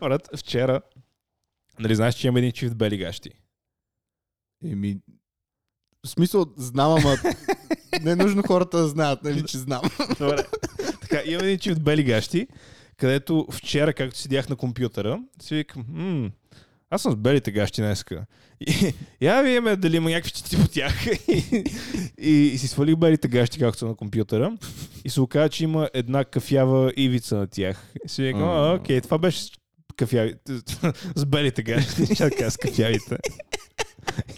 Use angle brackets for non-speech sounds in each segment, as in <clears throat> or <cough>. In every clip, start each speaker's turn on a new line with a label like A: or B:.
A: Брат, вчера, нали знаеш, че имам един чифт бели гащи.
B: Еми, в смисъл, знам, <laughs> ама не е нужно хората да знаят, нали, че знам.
A: Добре. така, имам един чифт бели гащи, където вчера, както седях на компютъра, си викам, мм, аз съм с белите гащи днеска. И, я видиме дали има някакви щети по тях. И, и, и си свалих белите гащи, както са на компютъра. И се оказа, че има една кафява ивица на тях. И си викам, а, окей, това беше с кафяви... <laughs> с белите гащи, <laughs> ще така с кафявите.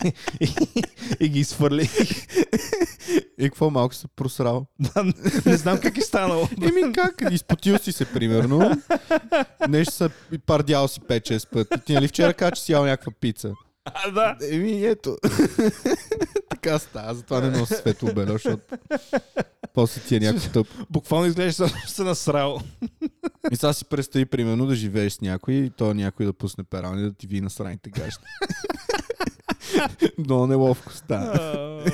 A: И, и, и ги изхвърли.
B: И какво малко се просрал?
A: Не знам как е станало.
B: Еми как? Изпотил си се, примерно. Нещо са и пардял си 5-6 пъти. Ти нали вчера кажа, че си ял някаква пица?
A: А, да.
B: Еми, ето. <laughs> така става, затова не носи светло бело, защото после ти е някакъв тъп.
A: Буквално изглежда, че се насрал.
B: И сега си представи, примерно, да живееш с някой и то някой да пусне перални да ти ви на сраните <laughs> гащи. Много неловко стана.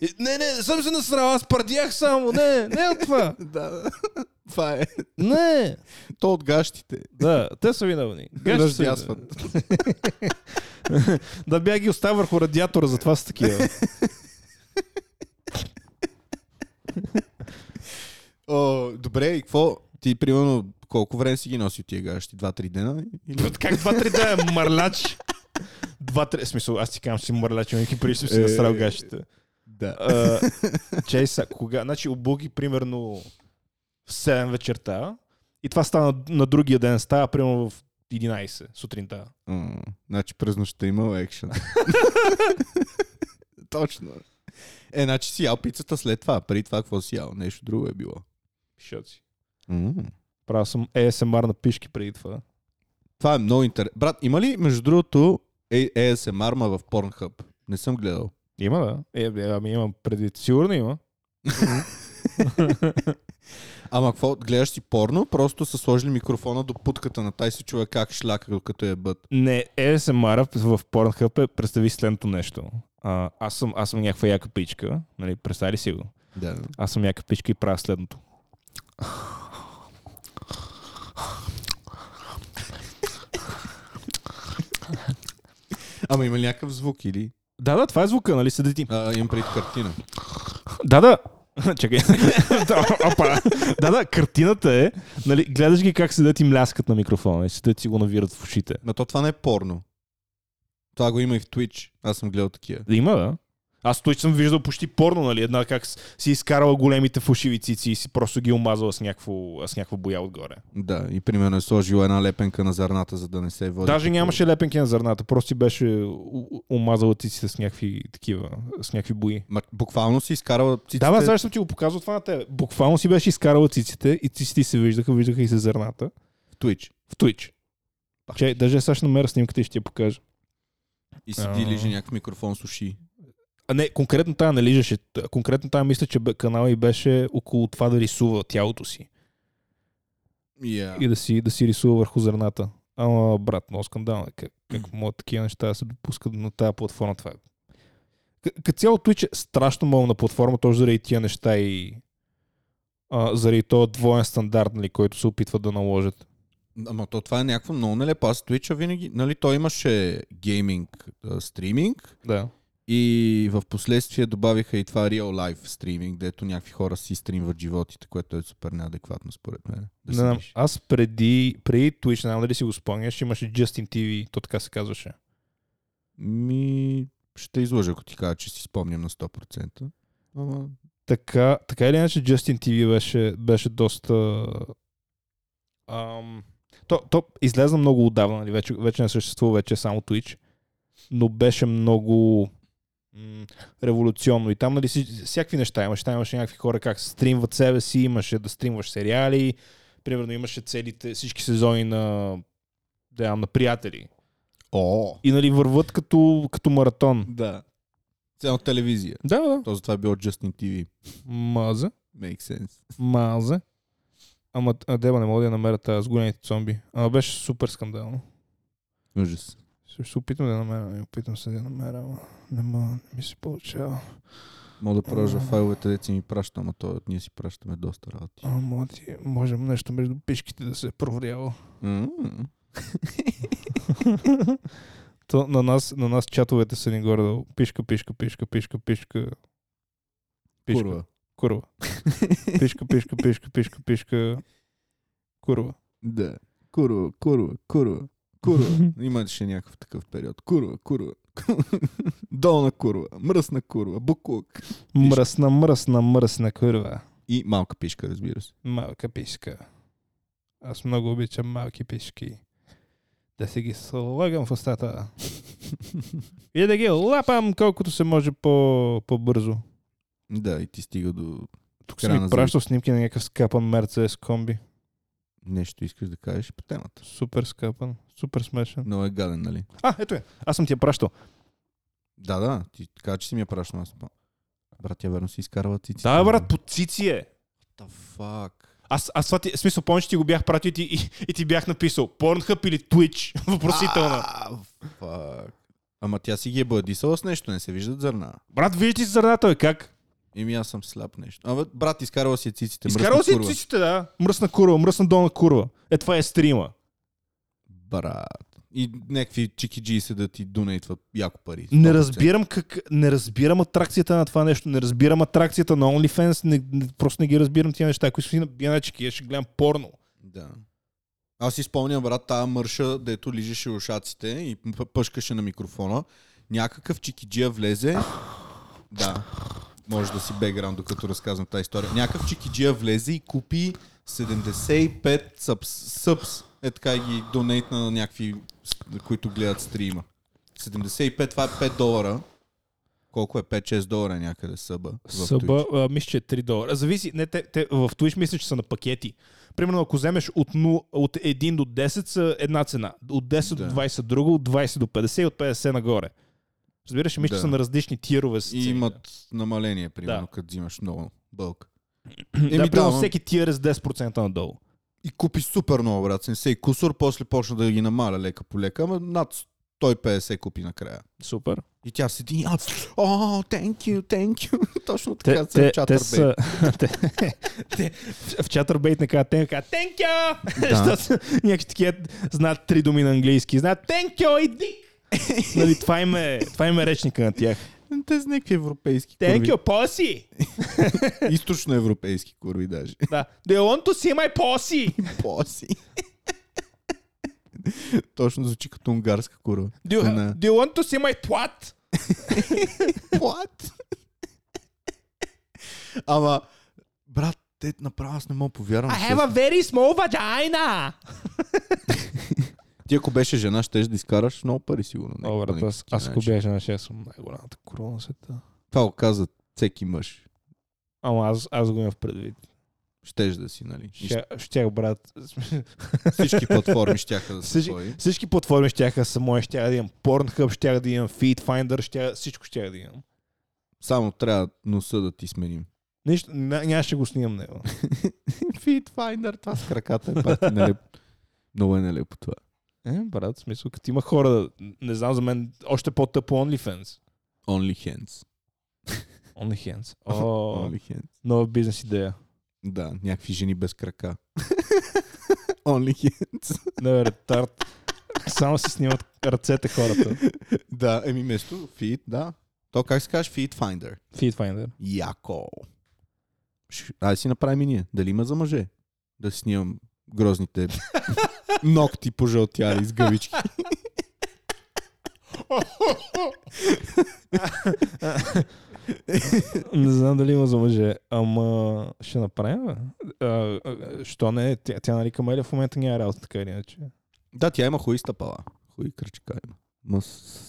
A: Не, не, не съм се насрал, аз пардях само. Не, не от това.
B: да, да. <laughs> Това е.
A: Не.
B: То от гащите.
A: Да, те са виновни. Гащи са
B: Раздясват.
A: виновни. Да бях ги оставил върху радиатора, затова са такива.
B: О, добре, и какво? Ти, примерно, колко време си ги носил тия гащи? Два-три дена? Или...
A: Брат, Как два-три да е мърляч? Два-три... в Смисъл, аз ти казвам, че си мърляч, но никакви преди съм си
B: Е.
A: насрал гащите.
B: Да.
A: А, Чай са, кога... Значи обуги примерно в 7 вечерта и това стана на другия ден, става примерно в 11 сутринта.
B: М, значи през нощта имал екшен. Точно. Е, значи си ял пицата след това. Преди това какво си ял? Нещо друго е било.
A: Шоци.
B: М.
A: Правил съм ASMR на пишки преди това.
B: Това е много интересно. Брат, има ли, между другото, A- ASMR ма в Pornhub? Не съм гледал.
A: Има, да. Е, бе, ами имам предвид. Сигурно има.
B: Ама какво, гледаш си порно, просто са сложили микрофона до путката на тай си чува как е шляка, докато я бът.
A: Не, ASMR в Pornhub е, представи следното нещо. А, аз, съм, аз съм някаква яка пичка, нали, представи ли си го?
B: Да.
A: Аз съм яка пичка и правя следното.
B: Ама има ли някакъв звук или?
A: Да, да, това е звука, нали, седи ти.
B: А, имам пред картина.
A: <laughs> Да, да. <laughs> Чакай. Да, Опа. Да, да, картината е. Нали, гледаш ги как седят и мляскат на микрофона и седят си го навират в ушите.
B: Ма то това не е порно. Това го има и в Twitch. Аз съм гледал такива.
A: Има, да. Аз той съм виждал почти порно, нали? Една как с- си изкарала големите фалшиви цици и си просто ги е омазала с, някакво, с някаква боя отгоре.
B: Да, и примерно е сложил една лепенка на зърната, за да не се води.
A: Даже
B: като-
A: нямаше лепенки на зърната, просто си беше у- у- омазала циците с някакви такива, с някакви бои.
B: Ма, буквално си изкарал циците.
A: Да, бе, сега ще ти го показва това на тебе. Буквално си беше изкарала циците и циците се виждаха, виждаха и се зърната.
B: в Twitch.
A: В Twitch. Че, даже сега ще намеря снимката и ще ти я покажа.
B: И
A: А.
B: седи лижи някакъв микрофон с уши.
A: А не, конкретно тая не лижеше. Т- Конкретно тая мисля, че бе- канала и беше около това да рисува тялото си.
B: Yeah.
A: И да си, да си рисува върху зърната. Ама, брат, много скандално. е. Как, как могат такива неща да се допускат на тая платформа? Това е. К- Като цяло Twitch е страшно мална платформа, точно заради тия неща и а, заради този двоен стандарт, нали, който се опитват да наложат.
B: Ама то това е някакво много нелепо. Аз Twitch винаги, нали, той имаше гейминг а, стриминг
A: Да.
B: и в последствие добавиха и това real life стриминг, дето някакви хора си стримват животите, което е супер неадекватно според мен. Да
A: Не
B: се
A: знам,
B: пише.
A: аз преди, преди Twitch, не знам дали си го спомняш, имаше Justin TV, то така се казваше.
B: Ми, ще излъжа, ако ти кажа, че си спомням на 100%. Ама...
A: така, така или иначе Justin TV беше, беше доста... Ам, то, то излезна много отдавна, нали? вече, вече не съществува, вече е само Twitch, но беше много м- революционно. И там нали, си, всякакви неща имаше. Там имаше някакви хора как стримват себе си, имаше да стримваш сериали, примерно имаше целите, всички сезони на, да, я, на приятели.
B: О!
A: И нали върват като, като маратон.
B: Да. Цяло телевизия.
A: Да, да.
B: То затова е било Justin TV.
A: Маза.
B: Make sense.
A: Мазе. Ама а, деба не мога да я намеря тази с големите зомби. Ама беше супер скандално.
B: Ужас.
A: Ще се опитам да я намеря. и Опитам се да я намеря, ама не мога, не ми се получава.
B: Мога да прожа файловете, деца ми праща, ама то ние си пращаме доста работи.
A: Ама ти, можем нещо между пешките да се е провряло.
B: М.
A: То, на, нас, на нас чатовете са ни горе долу. Пишка, пишка, пишка, пишка, пишка. Пишка.
B: Курва.
A: Курва. пишка, пишка, пишка, пишка, пишка. Курва.
B: Да. Курва, курва, курва,
A: <laughs>
B: курва. Имаше някакъв такъв период. Курва, курва. <laughs> Долна курва, мръсна курва, буклук.
A: Мръсна, мръсна, мръсна курва.
B: И малка пишка, разбира се.
A: Малка пишка. Аз много обичам малки пишки. Да си ги слагам в <laughs> устата. И да ги лапам колкото се може по, по-бързо.
B: Да, и ти стига до
A: Тук е си
B: Края
A: ми
B: на
A: пращал снимки на някакъв скапан Мерцес комби.
B: нещо искаш да кажеш по темата.
A: Супер скапан. Супер смешен.
B: Много е гаден, нали?
A: А, ето е. Аз съм ти я пращал.
B: Да, да, ти така, че си ми я пращал аз. па- Брат, тя верно си изкарва цици.
A: Да, бе, брат, по цици е.
B: Та фак.
A: Аз, аз това ти, в смисъл, помниш, ти го бях пратил и ти, и, и ти бях написал Pornhub или Twitch? <laughs> Въпросителна.
B: А, Фак. Ама тя си ги е бъдисала с нещо, не се виждат зърна.
A: Брат, виждаш ли зърната, бе, как?
B: Еми аз съм сляп нещо. Абе, брат, изкарва си я циците. мръсна
A: Изкарал си е
B: курва.
A: циците, да. Мръсна курва, мръсна долна курва. Е, това е стрима.
B: Брат. И някакви чикиджи седат и донейтват яко пари.
A: Не
B: 100%.
A: разбирам как... Не разбирам атракцията на това нещо. Не разбирам атракцията на OnlyFans. Не, не, просто не ги разбирам тия неща. Ако си на биначки, я ще гледам порно.
B: Да. Аз си спомням, брат, тая мърша, дето лижеше ушаците и п- пъшкаше на микрофона. Някакъв чикиджия влезе. Да. Може да си бекграунд, докато разказвам тази история. Някакъв чикиджия влезе и купи 75 събс. събс. Е така и ги донейтна на някакви, с- които гледат стрима. 75, това е 5 долара. Колко е? 5-6 долара някъде съба. в Twitch.
A: Съба, а, мисля, че е 3 долара. Зависи, не, те, те, в Twitch мисля, че са на пакети. Примерно, ако вземеш от, 0, от 1 до 10 са една цена, от 10
B: Да.
A: до 20 друго, от 20 до 50 и от 50 нагоре. Разбираш, ли? мисля,
B: Да.
A: че са на различни тирове. С
B: И
A: цените.
B: имат намаление, примерно,
A: Да.
B: като взимаш много бълк.
A: <clears throat> да, примерно,
B: ама-
A: всеки тир е с 10% надолу.
B: И купи супер много, брат. 70 и кусор, после почна да ги намаля лека по лека, ама над 150 купи накрая.
A: Супер.
B: И тя седи, а, о, thank you, thank you. <laughs> Точно така
A: Те,
B: се
A: те,
B: чатър
A: те са... <laughs> те, те, в чатърбейт не казват, те не казват Thank you!
B: Да.
A: <laughs> Защото са- някакви такива знаят три думи на английски. Знаят Thank you и
B: <laughs>
A: dick! нали, това, им е, това им е речника на тях.
B: бе. Те са някакви европейски
A: Thank
B: курви.
A: you, posse!
B: Източно европейски
A: <laughs>
B: курви даже.
A: Да. They want to see my posse!
B: Поси. <laughs> Точно звучи като унгарска курва.
A: Do you,
B: Не.
A: do you want to see my twat?
B: What? Ама, брат, те направо аз не мога да повярвам.
A: I
B: честно.
A: have a very small vagina!
B: Ти ако беше жена, ще да изкараш много пари, сигурно. не? По
A: Добре, аз,
B: никакъв
A: аз ако
B: начин.
A: бях на 6, съм най-голямата корона на света.
B: Това го каза всеки мъж.
A: Ама аз, аз го имам в предвид.
B: Щеш да си, нали? И
A: Ще, щях, брат.
B: Всички платформи щяха да са
A: Всички-
B: твои.
A: Всички платформи щяха са мои, щях да имам Pornhub, щях да имам Feedfinder, щях, всичко щях да имам.
B: Само трябва носа да ти сменим.
A: Нищо, ня- нямаше го снимам него.
B: Fitfinder, това с краката е <laughs> пак нелеп. Много е нелепо това.
A: <laughs> Е, брат, в смисъл, като има хора, да- не знам за мен, още по-тъпо OnlyFans.
B: Only hands.
A: OnlyFans. О,
B: Only hands.
A: нова бизнес идея.
B: Да, някакви жени без крака. <laughs> Only hands.
A: Не, ретард. Само си снимат ръцете хората.
B: да, еми место, fit, да. То как се казваш? Fitfinder.
A: Feedfinder.
B: Яко. Ш- Айде си направим и ние. Дали има за мъже? Да си снимам
A: <laughs>
B: грозните ногти пожълтяли с гъбички.
A: Не знам дали има за мъже. Ама ще направим. бе. А, а, Що не? Тя, тя нали Камелия в момента няма работа, така или иначе.
B: Да, тя има хуи стъпала. Хуи кръчка има. Мъс...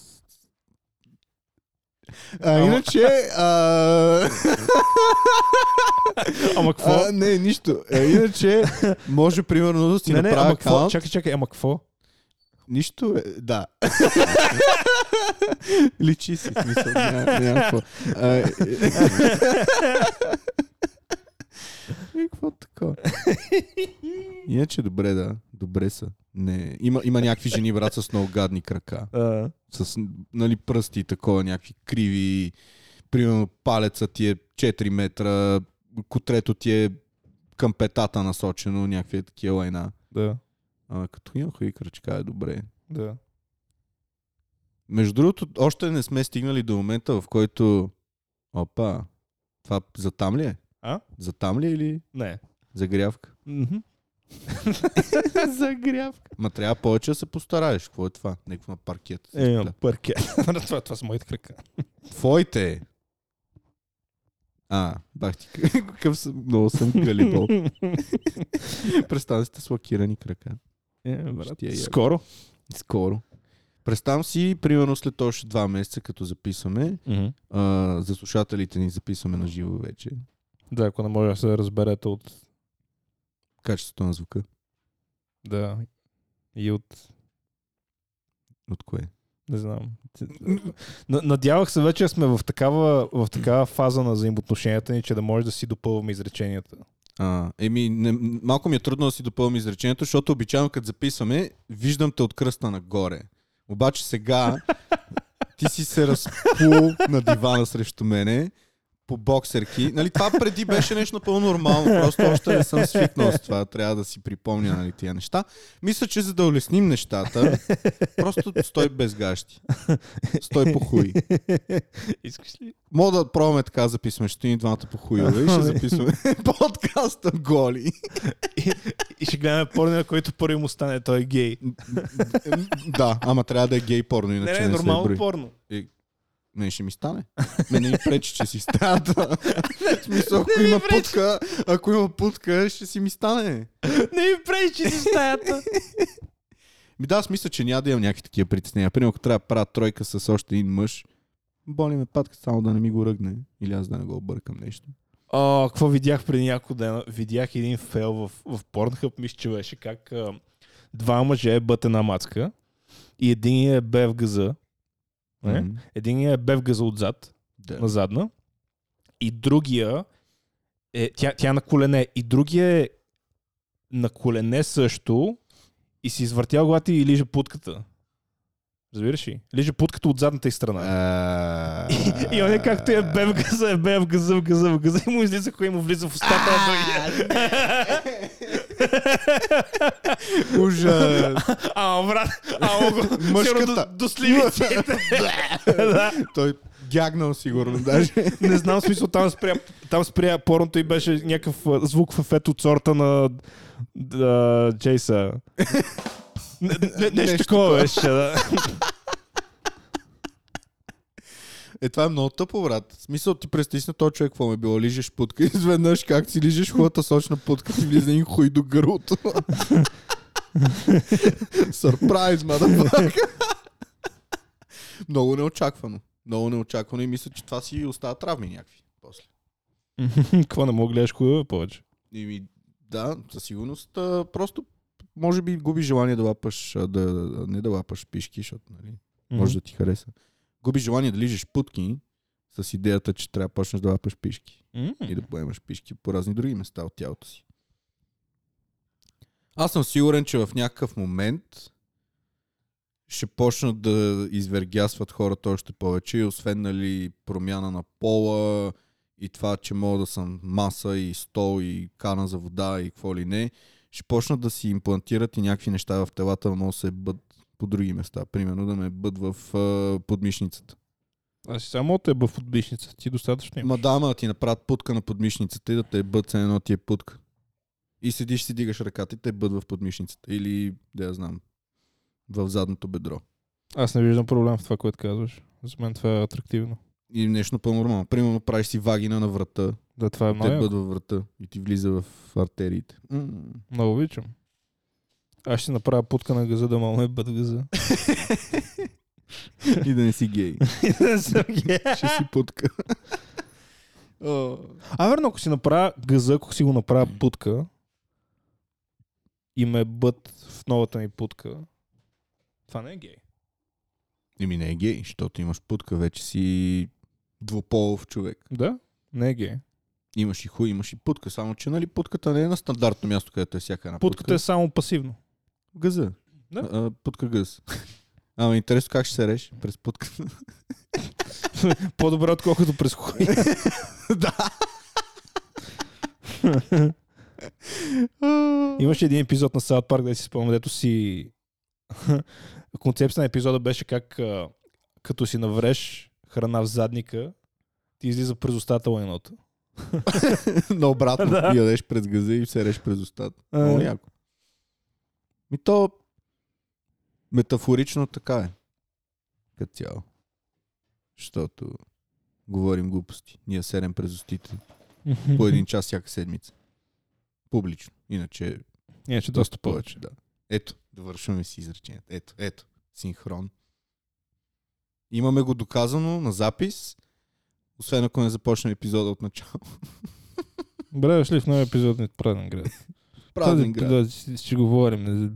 B: А,
A: Ама-
B: иначе... А...
A: Ама <laughs> какво?
B: а, не, нищо. А, иначе, може примерно да си
A: не, не,
B: направя
A: ама какво?
B: аккаунт.
A: Чакай, чакай, ама какво?
B: Нищо е, да. Личи си, в смисъл, няма, няма какво. А, е, <laughs> е, какво такова? Иначе добре, да. Добре са. Не. Има, има някакви жени, брат, с много гадни крака.
A: А,
B: С нали, пръсти и такова, някакви криви примерно палеца ти е 4 метра, котрето ти е към петата насочено, някакви такива лайна.
A: Да,
B: А, като имам хуй кръчка е добре.
A: да.
B: Между другото, още не сме стигнали до момента, в който... Опа, това за там ли е?
A: А?
B: За там ли е или
A: Не. <laughs>
B: загрявка?
A: Мгм. Загрявка.
B: Ма трябва повече да се постараеш. Какво е това? Някакво на паркет.
A: Е, <laughs> паркет. това, това са моите крака.
B: Твоите! А, бах ти, <laughs> какъв съм, много съм галибол. Представям си те с лакирани крака.
A: <laughs> Е,
B: Ще ти я яга.
A: Скоро.
B: Скоро. Представям си, примерно след още два месеца, като записваме, а, за слушателите ни записваме на живо вече.
A: Да, ако не може да се разберете от...
B: Качеството на звука.
A: Да. И от...
B: От кое?
A: Не знам. На- Надявах се вече да сме в такава, в такава фаза на взаимоотношенията ни, че да може да си допълваме изреченията.
B: А, еми, не, малко ми е трудно да си допълня изречението, защото обичайно като записваме, виждам те от кръста нагоре. Обаче сега ти си се разпул на дивана срещу мене по боксерки. Нали, това преди беше нещо напълно нормално, просто още не съм свикнал с това. Трябва да си припомня нали, тия неща. Мисля, че за да улесним нещата, просто стой без гащи. Стой по хуй.
A: Искаш ли?
B: Мога да пробваме така да записваме. Ще ни двамата по хуйове и ще записваме <laughs> подкаста голи.
A: И ще гледаме порно, на който първи му стане. Той е гей.
B: М, да, ама трябва да е гей порно, иначе
A: Не,
B: не,
A: не,
B: се брои.
A: нормално порно.
B: Не, ще ми стане. Не, не ми пречи, че си стата. В смисъл, ако
A: Не ми
B: има
A: пречи.
B: путка, ако има путка, ще си ми стане.
A: <laughs> Не ми пречи си стаята.
B: Ми да, аз мисля, че няма да имам някакви такива притеснения. Примерно, ако трябва да правя тройка с още един мъж, боли ме патка, само да не ми го ръгне. Или аз да не го объркам нещо.
A: О, какво видях преди няколко дена? Видях един фейл в, в Pornhub, мисля, че беше как а, два мъже бът една мацка и един е бе в газа. Не?
B: М,
A: Един е бе в газа отзад,
B: Да.
A: на задна. И другия е, тя, тя е на колене. И другия е на колене също и си извъртял главата и лижа путката. Разбираш ли? Лижа путката от задната и страна.
B: А,
A: И, и он е както е бе в газа, е бе в газа, в газа, в газа и му излиза, кой му влиза в устата. а другия.
B: Ужас.
A: Ао, брат, ао го,
B: Мъжката.
A: сигурно до, до сливиците. <laughs> да.
B: Той гягнал сигурно даже.
A: Не знам смисъл, там спря, там спря порното и беше някакъв а, звук в ефет от сорта на да, Джейса. Не, не, нещо,
B: Нещо
A: такова беше, да.
B: Е, това е много тъпо, брат. В смисъл, ти престисна този човек, какво ме било, лижеш путка. <laughs> Изведнъж, как си лижеш хубавата сочна путка, ти влиза един хуй до гърлото. <laughs> Сърпрайз, мадафака. много неочаквано. Много неочаквано и мисля, че това си остава травми някакви. После.
A: Какво не мога гледаш хубаво повече?
B: И, ми, да, със сигурност. А, просто, може би, губи желание да лапаш, а, да, не да лапаш пишки, защото, нали, може да ти хареса. Губи желание да лижеш путки с идеята, че трябва да почнеш да лапаш пишки. <laughs> и да поемаш пишки по разни други места от тялото си. Аз съм сигурен, че в някакъв момент ще почнат да извергясват хората още повече и освен нали, промяна на пола и това, че мога да съм маса и стол и кана за вода и какво ли не, ще почнат да си имплантират и някакви неща в телата, но могат да се бъд по други места. Примерно да ме бъд в а, подмишницата.
A: Аз си само те бъв от бишница, ти достатъчно имаш.
B: Ма да, ама да ти направят путка на подмишницата и да те бъд се едно ти е путка. И седиш си, дигаш ръката и те бъд в подмишницата. Или, да я знам, в задното бедро.
A: Аз не виждам проблем в това, което казваш. За мен това е атрактивно.
B: И нещо по-нормално. Примерно правиш си вагина на врата,
A: Да, това е
B: те
A: много.
B: бъд
A: Бъд...
B: във врата и ти влиза в артериите. М.
A: Много обичам. Аз ще направя путка на газа, да мога ме бъд <laughs> газа.
B: <laughs> и да не си гей. Ще си путка.
A: а верно, ако си направя газа, ако си го направя путка и ме е бъд в новата ми путка, това не е гей.
B: Еми не е гей, защото имаш путка, вече си двуполов човек.
A: Да? Не е гей.
B: Имаш и хуй, имаш и путка, само че нали путката не е на стандартно място, където е всяка една путка.
A: Путката е само пасивно.
B: В Гъза.
A: Да.
B: <laughs> А, путка гъз. Ама интересно как ще се реш през путка.
A: По-добре, отколкото през хуй. Имаше един епизод на Саут Парк, да си спомням, дето си... <laughs> Концепция на епизода беше как а, като си навреш храна в задника, ти излиза през устата лайното.
B: <laughs> Но обратно
A: Да. Е.
B: ти ядеш през газа и се реш през устата.
A: А.
B: Много яко. Ми то метафорично така е. Като цяло. Защото говорим глупости. Ние серем през
A: <laughs>
B: устите. По един час всяка седмица. Публично. Иначе
A: Иначе доста повече.
B: Да. Ето, довършваме си изречението. Ето, ето, синхрон. Имаме го доказано на запис, освен ако не започнем епизода
A: <laughs>
B: от начало.
A: Добре, дошли в нови епизод на Праден град. Този
B: Правилен град.
A: епизод ще- ще говорим.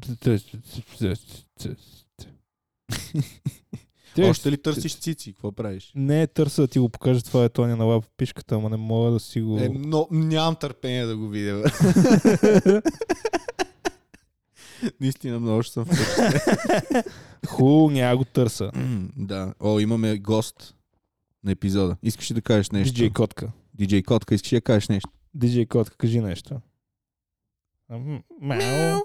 B: <laughs> Още ли търсиш цици? Какво правиш?
A: Не е търса да ти го покажа, това е Тони на лап пишката, ама не мога да си <laughs> го...
B: Е, но нямам търпение да
A: <laughs>
B: го видя. бе. Наистина много ще съм впечатлен.
A: <laughs> Хубаво, няма го търса.
B: да. О, имаме гост на епизода. Искаш ли да кажеш нещо?
A: Диджей Котка.
B: Диджей Котка, искаш ли да кажеш нещо?
A: Диджей Котка, кажи нещо. А, м- Мяу.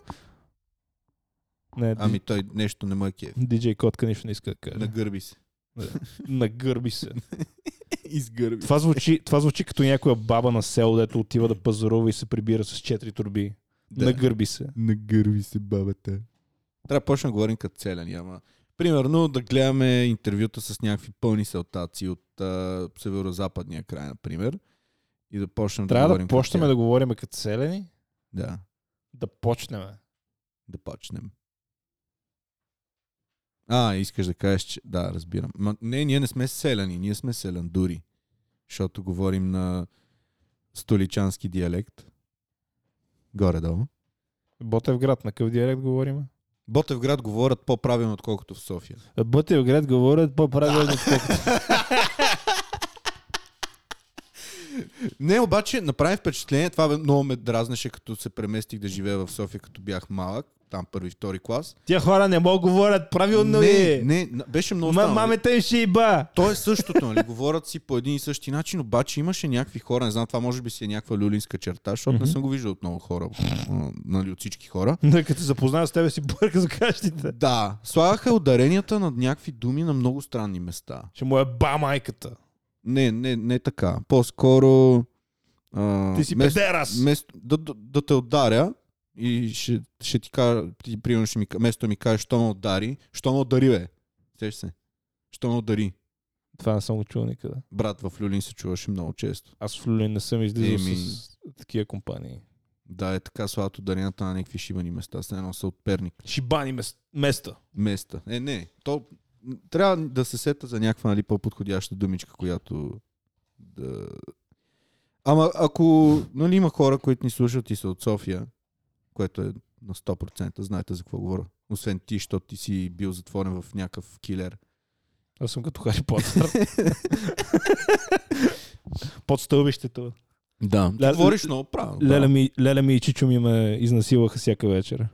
A: Не,
B: Ами
A: ами...
B: той нещо не му е кеф.
A: Диджей Котка нищо не иска да каже.
B: Нагърби се.
A: <laughs> Нагърби се.
B: Изгърби.
A: Това звучи, това звучи като някоя баба на село, дето отива да пазарува и се прибира с четири турби. Да. Нагърби се.
B: Нагърви се бабата. Трябва да почнем да говорим като целен, ама. Примерно да гледаме интервюта с някакви пълни селтаци от а, северо-западния край, например. И да почнем да
A: Трябва да
B: говорим като
A: почнем
B: тях.
A: да говорим като селени.
B: Да,
A: Да почнем.
B: да почнем. А, искаш да кажеш, че... Да, разбирам. Ма, не, ние не сме селяни, ние сме селяндури. Защото говорим на столичански диалект. Горе-долу.
A: Ботев град, на какъв диалект говорим?
B: Ботевград говорят по-правилно, отколкото в София.
A: Ботев град говорят по-правилно.
B: <laughs>
A: отколкото-
B: Не, обаче направи впечатление, това бе- много ме дразнеше, като се преместих да живея в София, като бях малък, там първи, втори клас.
A: Тя хора не могат да говорят правилно.
B: не,
A: е.
B: не, на- беше много
A: Ма,
B: странно.
A: мамета им ще иба.
B: То е същото, нали? Говорят си по един и същи начин, обаче имаше някакви хора, не знам, това може би си е някаква люлинска черта, защото не
A: Мгм.
B: съм го виждал от много хора, а, нали, от всички хора.
A: Да, като се запозная с тебе си бърка за кащите.
B: Да, слагаха ударенията на някакви думи на много странни места.
A: Ще му е ба майката.
B: Не, не, не така. По-скоро... а,
A: Ти си
B: место-
A: педерас.
B: Место, да, да, да те ударя и ще, ще ти кажа, ти примерно ще ми, ка- вместо да ми кажеш, що ме удари, що ме удари, бе. Сеш се. Що ме удари.
A: Това не съм го чул никъде.
B: Брат в Люлин се чуваше много често.
A: Аз в Люлин не съм излизал
B: Еми.
A: с такива компании.
B: Да, е така слават ударенията на някакви шибани места, с едно са от перник
A: Шибани мес- места.
B: места. Е, не, то м, трябва да се сета за някаква нали, по-подходяща думичка, която да... Ама ако нали, има хора, които ни слушат и са от София, което е на 100%, знаете за какво говоря. Освен ти, защото ти си бил затворен в някакъв килер.
A: Аз съм като Хари Потър. <laughs> Под стълбището.
B: Да.
A: Ле-
B: Говориш много правилно.
A: Леля
B: да.
A: ми, леля ми и Чичо ми ме изнасилаха всяка
B: <laughs>
A: вечер.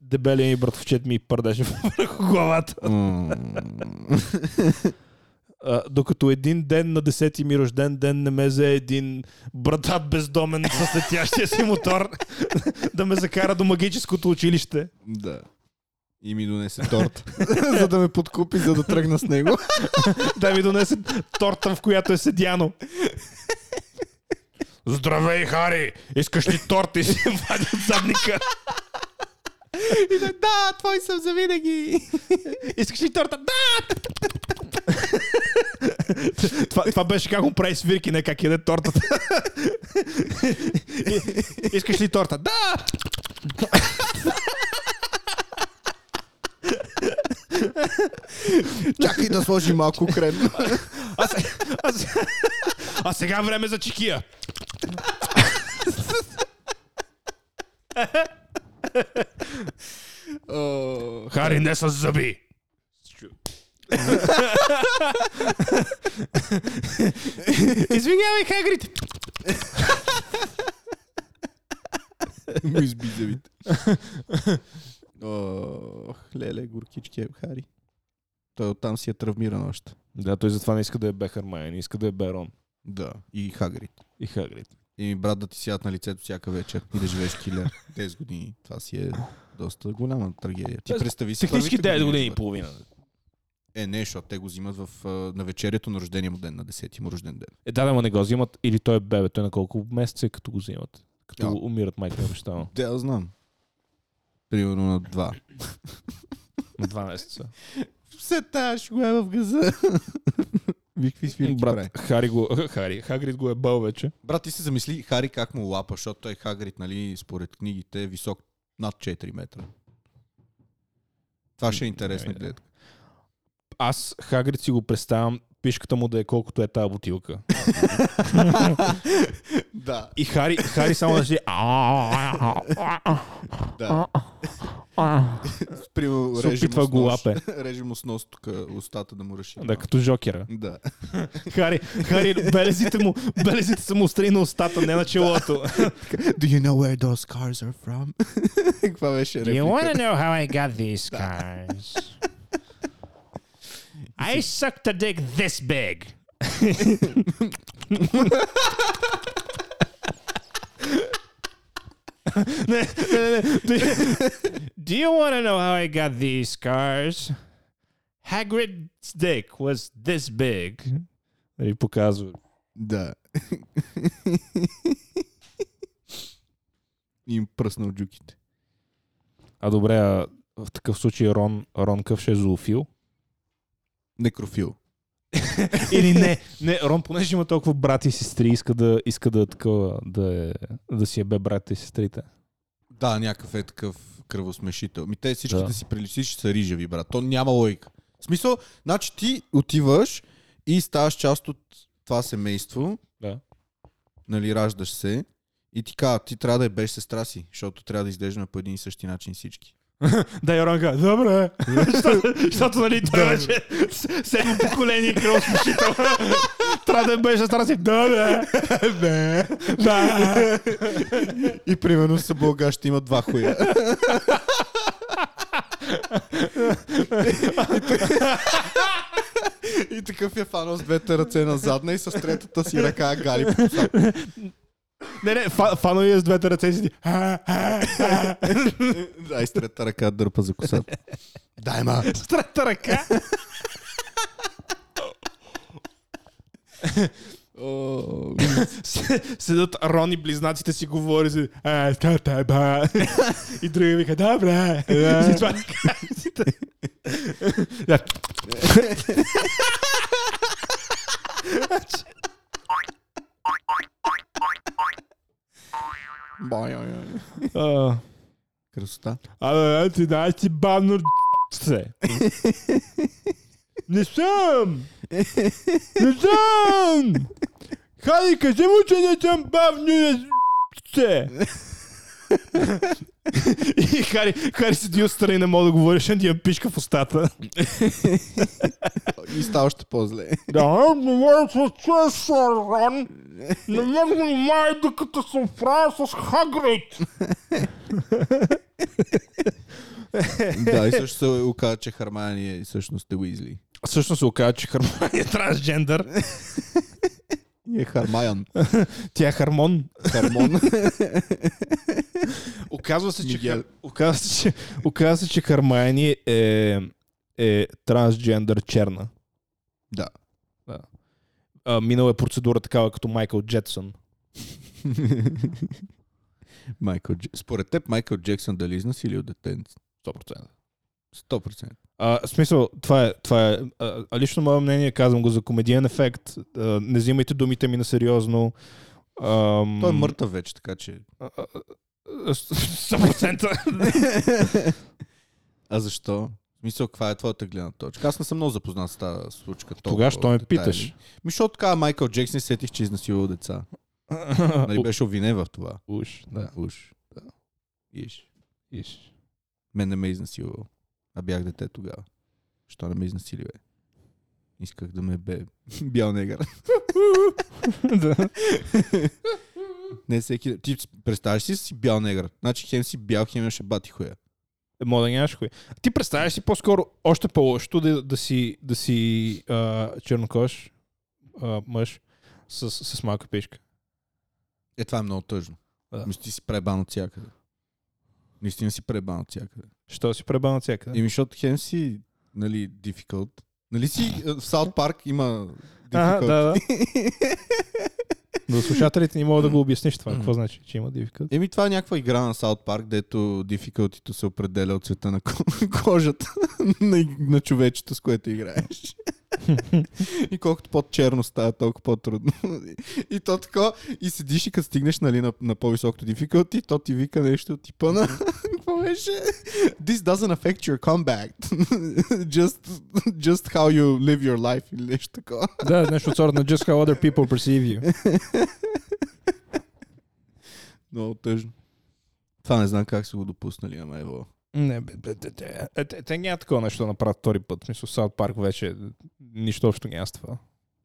A: Дебелия ми братовчет ми пърдеше върху главата.
B: М. <laughs>
A: А, докато един ден на 10-ти ми рожден ден не ме взе един братат бездомен с летящия си мотор <laughs> да ме закара до магическото училище.
B: Да. И ми донесе торт, <laughs> за да ме подкупи, за да тръгна с него.
A: Да ми донесе торта, в която е седяно. Здравей, Хари! Искаш ли торта и си вади от задника?
B: да, твой съм завинаги.
A: Искаш ли торта? Да! това, това беше как му прави свирки, не как яде тортата. И- Искаш ли торта? Да!
B: <laughs> Чакай да сложи малко крем.
A: А, се- а, се- а сега е време за чекия. Хари, не с зъби! Извинявай, Хагрид!
B: <laughs> Му изби зъбите. Ох, леле, горкички е, Хари. Той оттам си е травмиран още.
A: Да, той затова не иска да е бе Хармайон, иска да е бе Рон
B: Да. И Хагрид.
A: и Хагрид.
B: И ми брат да ти сядат на лицето всяка вечер и да живееш <laughs> килер 10 години. Това си е доста голяма трагедия. Ти
A: Тоест,
B: представи си.
A: Технически
B: първите
A: 9 години и
B: брат.
A: половина.
B: Е, не, защото те го взимат в, а, на вечерието на рождения му ден, на 10-ти му рожден ден.
A: Е, да, да, ма не го взимат. Или той е бебе, той на колко месеца е като го взимат. Като
B: Да.
A: умират майка и баща му.
B: Да, аз знам. Примерно на 2.
A: На 2 месеца.
B: Все тая шуга е в газа. <laughs> Викви свирки прави.
A: Брат, Хари го, <laughs> Хари, Хагрид го е бал вече.
B: Брат, ти се замисли Хари как му лапа, защото той Хагрид, нали, според книгите е висок над 4 метра. Това ще е интересна
A: Не,
B: гледка. <laughs>
A: Аз Хагрид си го представям пишката му да е колкото е тази бутилка.
B: Да,
A: И Хари, Хари само <laughs> да си...
B: да. Прямо
A: Се
B: реже
A: опитва
B: му с
A: го
B: нож.
A: лапе.
B: <laughs> Реже му с нос тук устата да му реши.
A: Да, като Жокера.
B: Да. <laughs>
A: Хари, Хари, белезите му, белезите са му остри на устата, не на <laughs> челото.
B: Do you know where those cars are from? <laughs> Каква беше
C: You
B: реплика?
C: want to know how I got these
A: <laughs>
C: scars? I sucked a dick this
A: <laughs>
C: big.
A: не, не, не, не.
C: Do you want to know how I got these scars?
A: Hagrid's dick was this big. И Нали, показва.
B: Да. <laughs> И Им пръснал джуките.
A: А добре, а в такъв случай Рон, Рон Къв ще е зоофил?
B: Некрофил.
A: Или не? Не, Рон, понеже има толкова брати и сестри, иска да, иска да, е такова, да, е, да си е бе брата и сестрите.
B: Да, някакъв е такъв кръвосмешител. Ми те всичките
A: Да.
B: си приличи, че са рижави, брат. То няма логика. В смисъл, значи ти отиваш и ставаш част от това семейство.
A: Да.
B: Нали, раждаш се. И ти казва, ти трябва да е беш сестра си, защото трябва да изглеждаме по един и същи начин всички.
A: Да, Йоран каза, <laughs> добре. Защото- Защото, нали, той вече с- седмо поколение кръвосмешител. Трябва да е беше стара си. Да,
B: Не.
A: <laughs> да, да.
B: И примерно са бълга ще има два хуя. <laughs> и такъв е фанал с двете ръце на задна и с третата си ръка гали по косата.
A: Не, не, фа- фанови е с двете ръце и си. «А, а, а».
B: Да, и с трета ръка дърпа за косата. Дай ма!
A: С трета ръка. С- Седат Рон и близнаците си говори си. А, ска теба. И други вика, добре. И си това ръкавиците. Да. А,
B: Красота.
A: Абе, бе, е, ти знаеш ти бавно <laughs> се. Не съм! Не съм! Хайде, кажи му, че не съм бавно се. <laughs> И Хари, Хари седи отстрани, не мога да говориш, а ти я пишка в устата.
B: И става още по-зле.
A: Да, говоря с Чесаран. Не ме внимай, докато се оправя с Хагрид.
B: да, и също се оказа, че Хармани е всъщност е Уизли.
A: Всъщност се оказа, че Хармония е трансджендър.
B: И е Хармайан.
A: Тя е Хармон.
B: Хармон.
A: Оказва се, че,
B: Мигел.
A: Хар- оказва се, че, оказва се, че Хармайни е, е трансджендър черна.
B: да.
A: А, минала е процедура такава като Майкъл Джетсън.
B: Майкъл Дж... Според теб Майкъл Джексън дали е изнасилил детенце?
A: 100%.
B: 100%.
A: А, в смисъл, това е, това е а, а, лично мое мнение, казвам го за комедиен ефект. А, не взимайте думите ми на сериозно. Ам,
B: Той е мъртъв вече, така че...
A: а, а, а, 100%.
B: А защо? В Смисъл, каква е твоята гледна точка? Аз не съм много запознат с тази случка.
A: Тогава, що ме
B: детайлно.
A: питаш?
B: Ми, защото така Майкъл Джексън сетих, че е изнасилвал деца. <laughs> Нали беше обвинен в това.
A: Уж, да.
B: Уж. Да. Иш.
A: Иш.
B: Мен не ме е изнасилвал. А бях дете тогава. Що не ме изнасили, бе? Исках да ме бе <laughs> бял негър.
A: <laughs> да.
B: Не всеки... Ти представяш си си бял негър. Значи хем си бял, хем имаше бати хуя.
A: е, мога да нямаш хуй. А Ти представяш си по-скоро още по-лошо да, да си, да си а, чернокож а, мъж с, с малка пишка.
B: Е, това е много тъжно.
A: Да.
B: Да. Мисля, ти си пребан от всякъде. Наистина си пребан от всякъде.
A: Що си пребан от всякъде?
B: Еми, защото хем си, нали, difficult.
A: <laughs>
B: Нали си, е, в Саут Парк има difficult.
A: Ага, да, <laughs> да. Но слушателите не могат да го обясниш това. Какво значи, че има дивика?
B: Еми, това е някаква игра на Саут Парк, дето difficulty се определя от цвета на ко- <laughs> кожата на, на човечето, с което играеш. и колкото по-черно става, толкова по-трудно. и то така, и седиш и като стигнеш нали, на, на по-високото difficulty, то ти вика нещо от типа на... <laughs> Какво беше? This doesn't affect your comeback. <laughs> just, just how you live your life или нещо такова.
A: Да, нещо от сорта на Just How Other People Perceive You.
B: Много тъжно. Това не знам как са го допуснали, ама е ево.
A: Не, бе, бе, бе, бе. Е, Те, те няма такова нещо да направят втори път. Мисля, Саут Парк вече нищо общо няма с това.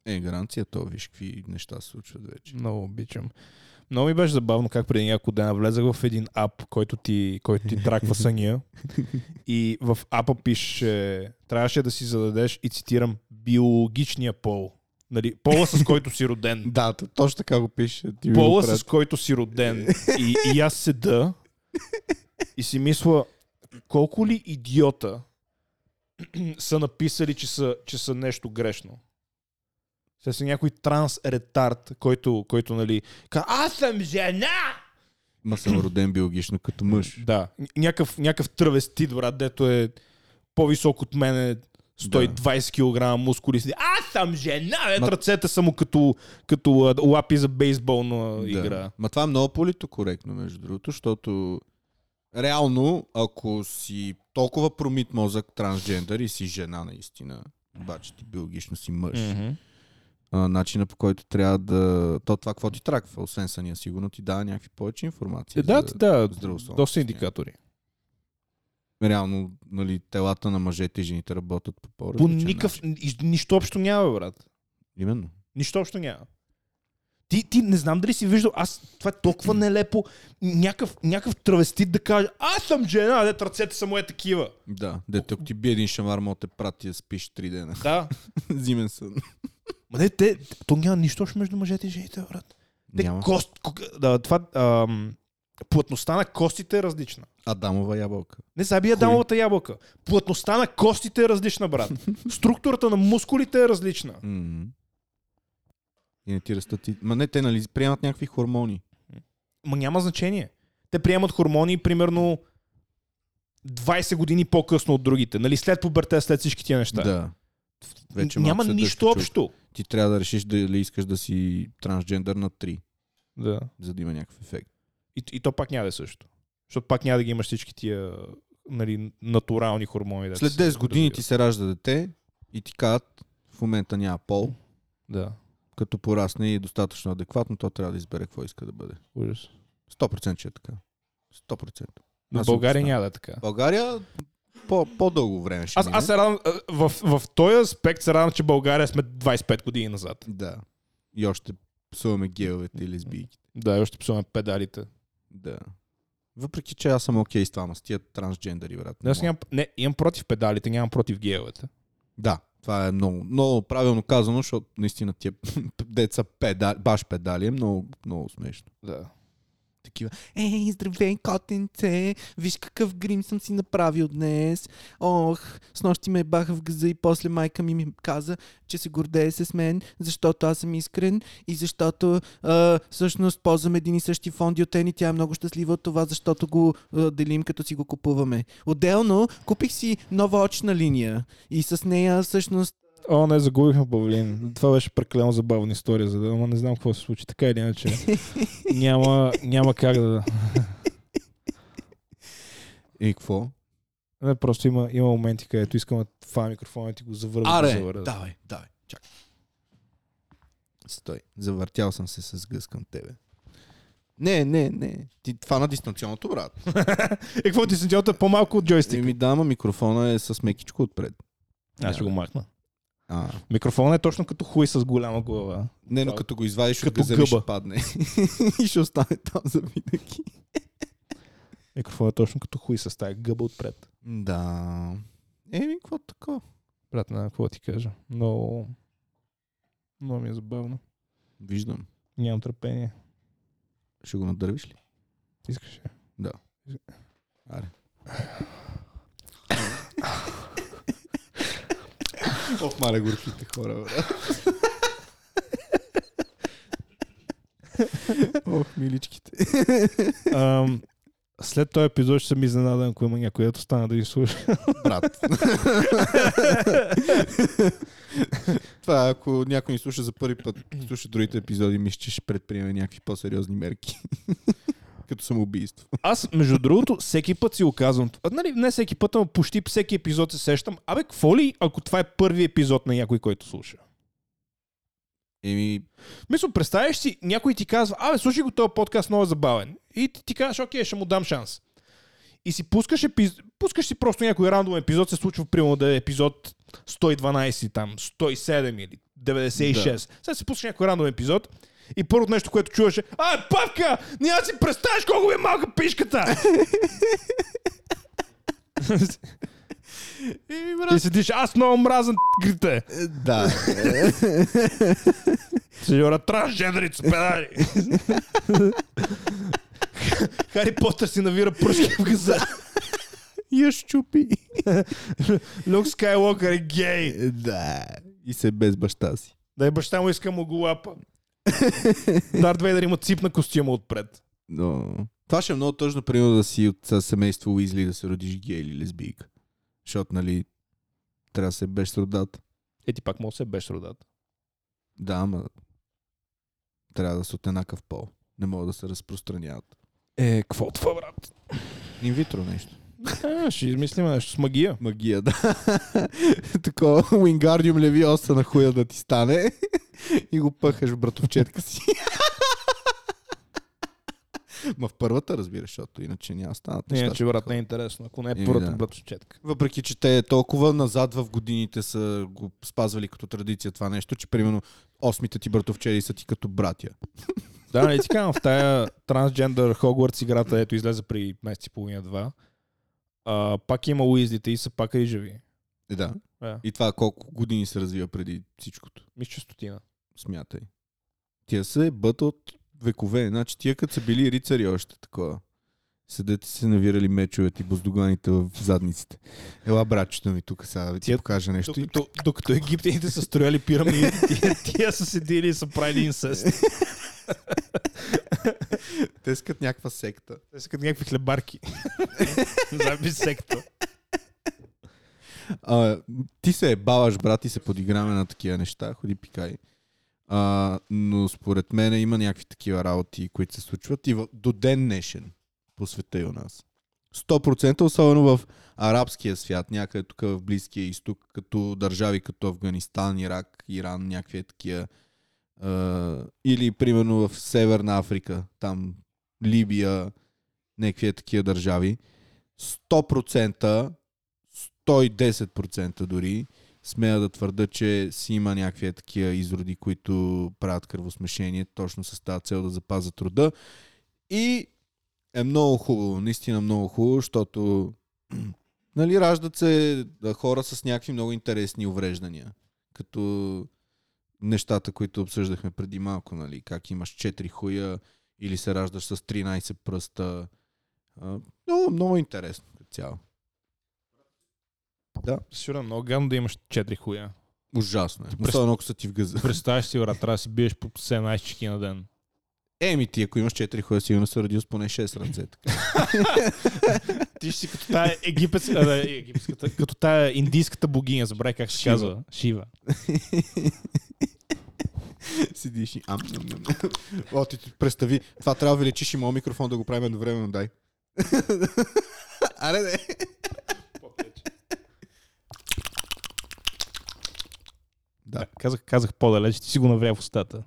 B: Е, гаранция, то виж какви неща се случват вече.
A: Много обичам. Много ми беше забавно как преди няколко дена влезах в един ап, който ти, който ти траква съня. И в апа пише, трябваше да си зададеш, и цитирам, биологичния пол. Нали, пола с който си роден.
B: Да, т- точно така го пише. Ти ми го
A: пола,
B: прати.
A: с който си роден. И, и аз седа и си мисля, колко ли идиота <clears throat> са написали, че са, че са нещо грешно. Сега си някой транс ретард, който, който нали, ка, аз съм жена!
B: Ма съм роден биологично като мъж.
A: Да, ня- някакъв, някакъв травестит, брат, дето е по-висок от мене, 120 кг мускули. си, Аз съм жена! Ето
B: Ма-
A: ръцете са му като, като а, лапи за бейсболна игра.
B: Да. Ма това е много политокоректно, между другото, защото реално, ако си толкова промит мозък, трансджендър и си жена наистина, обаче ти биологично си мъж, mm-hmm.
A: Мгм.
B: а, начина по който трябва да... То това, какво ти траква, освен съня, сигурно ти дава някакви повече информации.
A: Е, да,
B: за...
A: да,
B: здравословно
A: доста
B: състояние.
A: индикатори.
B: Реално, нали, телата на мъжете и жените работят по по-различен
A: По никакъв,
B: начин.
A: и- нищо общо няма, бе, брат.
B: Именно.
A: Нищо общо няма. Ти, ти не знам дали си виждал, аз това е толкова нелепо, някакъв, някакъв травестит да каже, аз съм жена, дет ръцете са мое такива.
B: Да, дето ако ти бие един шамар, мога да те прати да спиш три дена. <laughs>
A: Да.
B: Зимен сън.
A: Ма не, те, то няма нищо общо между мъжете и жените, брат. Те
B: Няма.
A: кост, кога- да, това, ам, плътността на костите е различна.
B: Адамова ябълка.
A: Не забия
B: Хуй.
A: дамовата ябълка. Плътността на костите е различна,
B: <laughs>
A: брат. Структурата на мускулите е различна.
B: М. И не ти растат. и- Ма не, те нали приемат някакви хормони.
A: Ма няма значение. Те приемат хормони примерно 20 години по-късно от другите. Нали, след пубертет, след всички тия неща.
B: Да. Вече
A: Няма
B: малко се
A: нищо
B: дъвче
A: общо.
B: чук. Ти трябва да решиш дали искаш да си трансджендър на 3,
A: Да.
B: за да има някакъв ефект.
A: И, и то пак няма да е също. Защото пак няма да ги имаш всички тия нали, натурални хормони. дето
B: След
A: се
B: 10 години
A: развиват.
B: ти се ражда дете и ти казват, в момента няма пол,
A: Да.
B: като порасне и е достатъчно адекватно, то трябва да избере какво иска да бъде.
A: Ужас.
B: 100% че е така. 100%.
A: Но в
B: Аз
A: България
B: съм-
A: няма да е така. Ами
B: България по, по-дълго време ще
A: Аз, аз
B: мине.
A: се радвам, а, в, в този аспект се радвам, че България сме 25 години назад.
B: Да. И още псуваме геовете и лесбийките.
A: Да, и още псуваме педалите.
B: Да. Въпреки, че аз съм окей с това, ама с тия трансджендери, брат.
A: Не,
B: не
A: аз
B: мога.
A: нямам, не, имам против педалите, нямам против геовете.
B: Да, това е много, много правилно казано, защото наистина тия <laughs> деца педали, баш педали е много, много смешно.
A: Да.
B: Такива, ей, здравей, котенце, виж какъв грим съм си направил днес. Ох, с нощи ме баха в газа и после майка ми ми каза, че се гордее с мен, защото аз съм искрен и защото а, всъщност ползвам един и същи фондиотен и тя е много щастлива от това, защото го а, делим като си го купуваме. Отделно купих си нова очна линия и с нея всъщност
A: О, не, загубихме павлин. Това беше прекалено забавна история, за да, но не знам какво се случи. Така или <laughs> иначе, няма, няма как да...
B: И какво?
A: Не, просто има, има моменти, където искам това микрофон и ти го завърна.
B: Аре, давай, давай, чакай. Стой, завъртял съм се с гъс към тебе. Не, не, не. Ти това на дистанционното, брат.
A: Е, какво ти седиота е по-малко от джойстик?
B: ми дама микрофона е с мекичко отпред.
A: Аз ще го махна.
B: А,
A: Микрофонът е точно като хуй с голяма глава.
B: не, но
A: Да.
B: като го извадиш
A: Като
B: <laughs> от газели, ще
A: гъба.
B: падне. и ще остане там за винаги.
A: Микрофонът е точно като хуй с тая гъба отпред.
B: Да. Еми, какво такова?
A: Брат, на какво ти кажа? Но... Много ми е забавно.
B: Виждам.
A: Нямам търпение.
B: Ще го надървиш ли?
A: Искаш ли?
B: Аре.
A: Ох, маля горките хора, брат.
B: <laughs>
A: Ох, миличките. Ам, след този епизод ще съм изненадан, ако има някой, ето стана да ги слуша.
B: Брат. Това, ако някой ни слуша за първи път, <clears throat> слуша другите епизоди, мисля, че ще предприеме някакви по-сериозни мерки. <laughs> Като самоубийство.
A: Аз, между другото, всеки път си го казвам. А, нали, не всеки път, ама почти всеки епизод се сещам. Абе, какво ли, ако това е първи епизод на някой, който слуша?
B: Еми,
A: Мисля, представяш си, някой ти казва, абе, слушай го, този подкаст много е забавен. И ти, ти казваш, окей, ще му дам шанс. И си пускаш, епиз... пускаш си просто някой рандом епизод, се случва примерно да е епизод 112, там, 107 или 96. Да.
B: Да.
A: Сега си пускаш някой рандом епизод и първото нещо, което чуваш е, ай, павка, няма да си представяш колко ми е малка пишката!
B: еми
A: и
B: брат.
A: седиш, аз много мразен грите.
B: Е, Да.
A: Сеньора трансжендрица, педали! <laughs> Хари Потър си навира пръски в газа.
B: Я щупи.
A: Люк Скайлокър е гей.
B: Да. И се е без баща си.
A: Дай баща му иска му го лапа. Дарт Вейдър има цип на костюма отпред.
B: Но... Това ще е много тъжно, примерно, да си от а, семейство Уизли да се родиш гей или лесбийка. Защото, нали, трябва да се беш с родата.
A: Е, ти пак може да се беше родата.
B: Да, ама трябва да са от еднакъв пол. Не могат да се разпространяват.
A: Е, какво това, брат?
B: Инвитро нещо.
A: А, ще измислим нещо с магия.
B: Магия, да. Такова Уингардиум левиоса на хуя да ти стане и го пъхаш в братовчетка си. Ма в първата, разбираш, защото иначе няма да станат
A: Не,
B: нещата.
A: че брат не е интересно. Ако не е
B: Еми,
A: първата
B: да.
A: братовчетка.
B: Въпреки, че те толкова назад в годините са го спазвали като традиция това нещо, че примерно осмите ти братовчери са ти като братя.
A: Да, не ти казвам, в тая трансджендър Хогвартс играта, ето излезе при месец и половина-два. А, пак има Уизлите и са пак и живи.
B: Е, да.
A: Да.
B: И това колко години се развива преди всичкото.
A: Мисля, че стотина.
B: Смятай. Тия са е бът от векове. Значи тия като са били рицари още такова. Седете си навирали мечовете и боздоганите в задниците. Ела, братчето ми, тук сега да ти
A: Тия-
B: покажа нещо.
A: Докато, докато египтяните са строяли <laughs> пирамиди, тия, тия са седили и са правили инсест.
B: Те искат някаква секта.
A: Те са като някакви хлебарки. <laughs> Заби секта.
B: А, ти се ебаваш, брат, и се подиграме на такива неща. Ходи пикай. А, но според мен има някакви такива работи, които се случват и в, до ден днешен по света и у нас. 100% особено в арабския свят, някъде тук в Близкия изток, като държави като Афганистан, Ирак, Иран, някакви такива. А, или примерно в Северна Африка, там Либия, някакви такива държави. 100% 110% дори смея да твърда, че си има някакви такива изроди, които правят кръвосмешение точно с тази цел да запазят рода. И е много хубаво, наистина много хубаво, защото <clears throat> нали, раждат се а, хора с някакви много интересни увреждания. Като нещата, които обсъждахме преди малко, нали, как имаш 4 хуя или се раждаш с 13 пръста. А, Много, много интересно като цяло.
A: Сигурно е много гадно да имаш четири хуя.
B: Ужасно е.
A: През-
B: Особено ако са ти в газа.
A: Представяш си, брат, трябва да си биеш по 17 чеки на ден.
B: Еми Е, ти, ако имаш 4 хора, сигурно се родил с поне 6 ръце. Така.
A: Ти ще си като тая египетска, а, да, египетската, като тая индийската богиня, забравя как се
B: Шива.
A: казва. Шива.
B: <laughs> Седиш и ам. ам, ам. О, ти, ти представи. Това трябва да величиш и моят микрофон да го правим едновременно, дай. <laughs> Аре, не. Да.
A: Да, казах, казах по-далеч, ти си го навря в устата.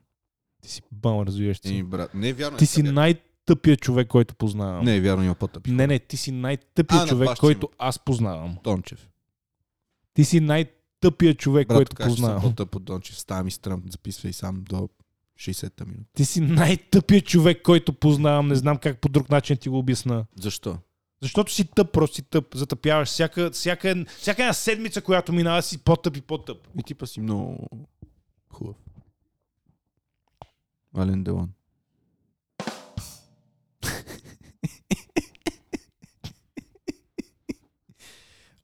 A: Ти си бъм, развиваш
B: Еми,
A: ти.
B: брат. Не е вярно.
A: Ти
B: е
A: си
B: така.
A: най-тъпия човек, който познавам.
B: Не е вярно, има по-тъпи.
A: Не, не, ти си най-тъпия
B: А, на
A: човек,
B: баща
A: който аз познавам.
B: Дончев.
A: Ти си най-тъпия човек,
B: Брат,
A: който
B: така ще съм
A: познавам.
B: по-тъп от Дончев. Става ми стръм. Записвай сам до 60-та минута.
A: Ти си най-тъпия човек, който познавам. Не знам как по друг начин ти го обясна.
B: Защо?
A: Защото си тъп, просто си тъп. Затъпяваш всяка, всяка, всяка една седмица, която минава си по-тъп и по-тъп.
B: И типа си много хубав. Ален Делон.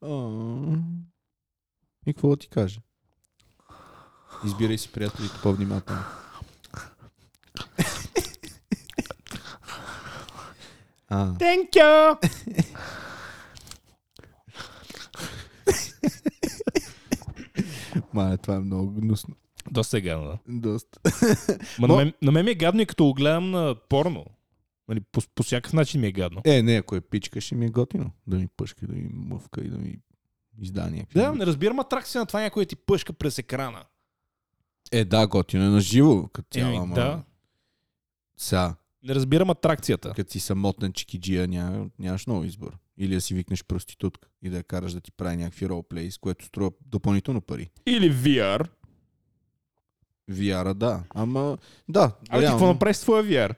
B: О, И какво да ти кажа? Избирай си приятелите по-внимателно. А,
A: Thank you!
B: мале, това е много гнусно.
A: Доста е гадно. да.
B: Доста.
A: Ма
B: Но-
A: на, мен, на мен ми е гадно и като го гледам на порно. Нали, по, по всякакъв начин ми е гадно.
B: Е, не, ако е пичка, ще ми е готино. Да ми пъшка, да ми мъвка и да ми издание.
A: Да, не разбирам атракция на това някой да ти пъшка през екрана.
B: Е, да, готино е на живо, като цяло,
A: Еми,
B: ама...
A: да.
B: Сега,
A: Не разбирам атракцията.
B: като си самотен чикиджия, ня, нямаш много избор. Или да си викнеш проститутка и да я караш да ти прави някакви ролплей, с което струва допълнително пари.
A: Или VR.
B: VR-а, да. Ама, да,
A: А ти
B: реално.
A: какво направи с твоя VR?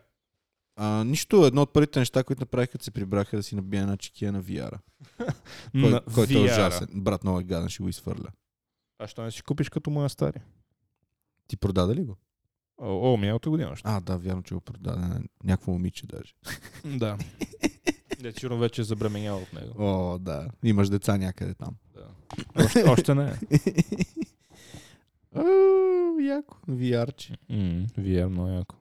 B: А, нищо, едно от първите неща, които направих, като се прибраха, да си набия една чекия на VR-а. Кой,
A: На
B: който е
A: VR.
B: ужасен. Брат, много е гаден, ще го изфърля.
A: А що не си купиш като моя стари?
B: Ти продаде ли го?
A: О, о миналата година още.
B: А, да, вярно, че го продаде на някакво момиче даже.
A: <laughs> Да. Да, сигурно вече е забременял от него.
B: О, да. Имаш деца някъде там.
A: Да. Още, още не е.
B: Уу, яко. VR-че.
A: <laughs> М, VR много яко.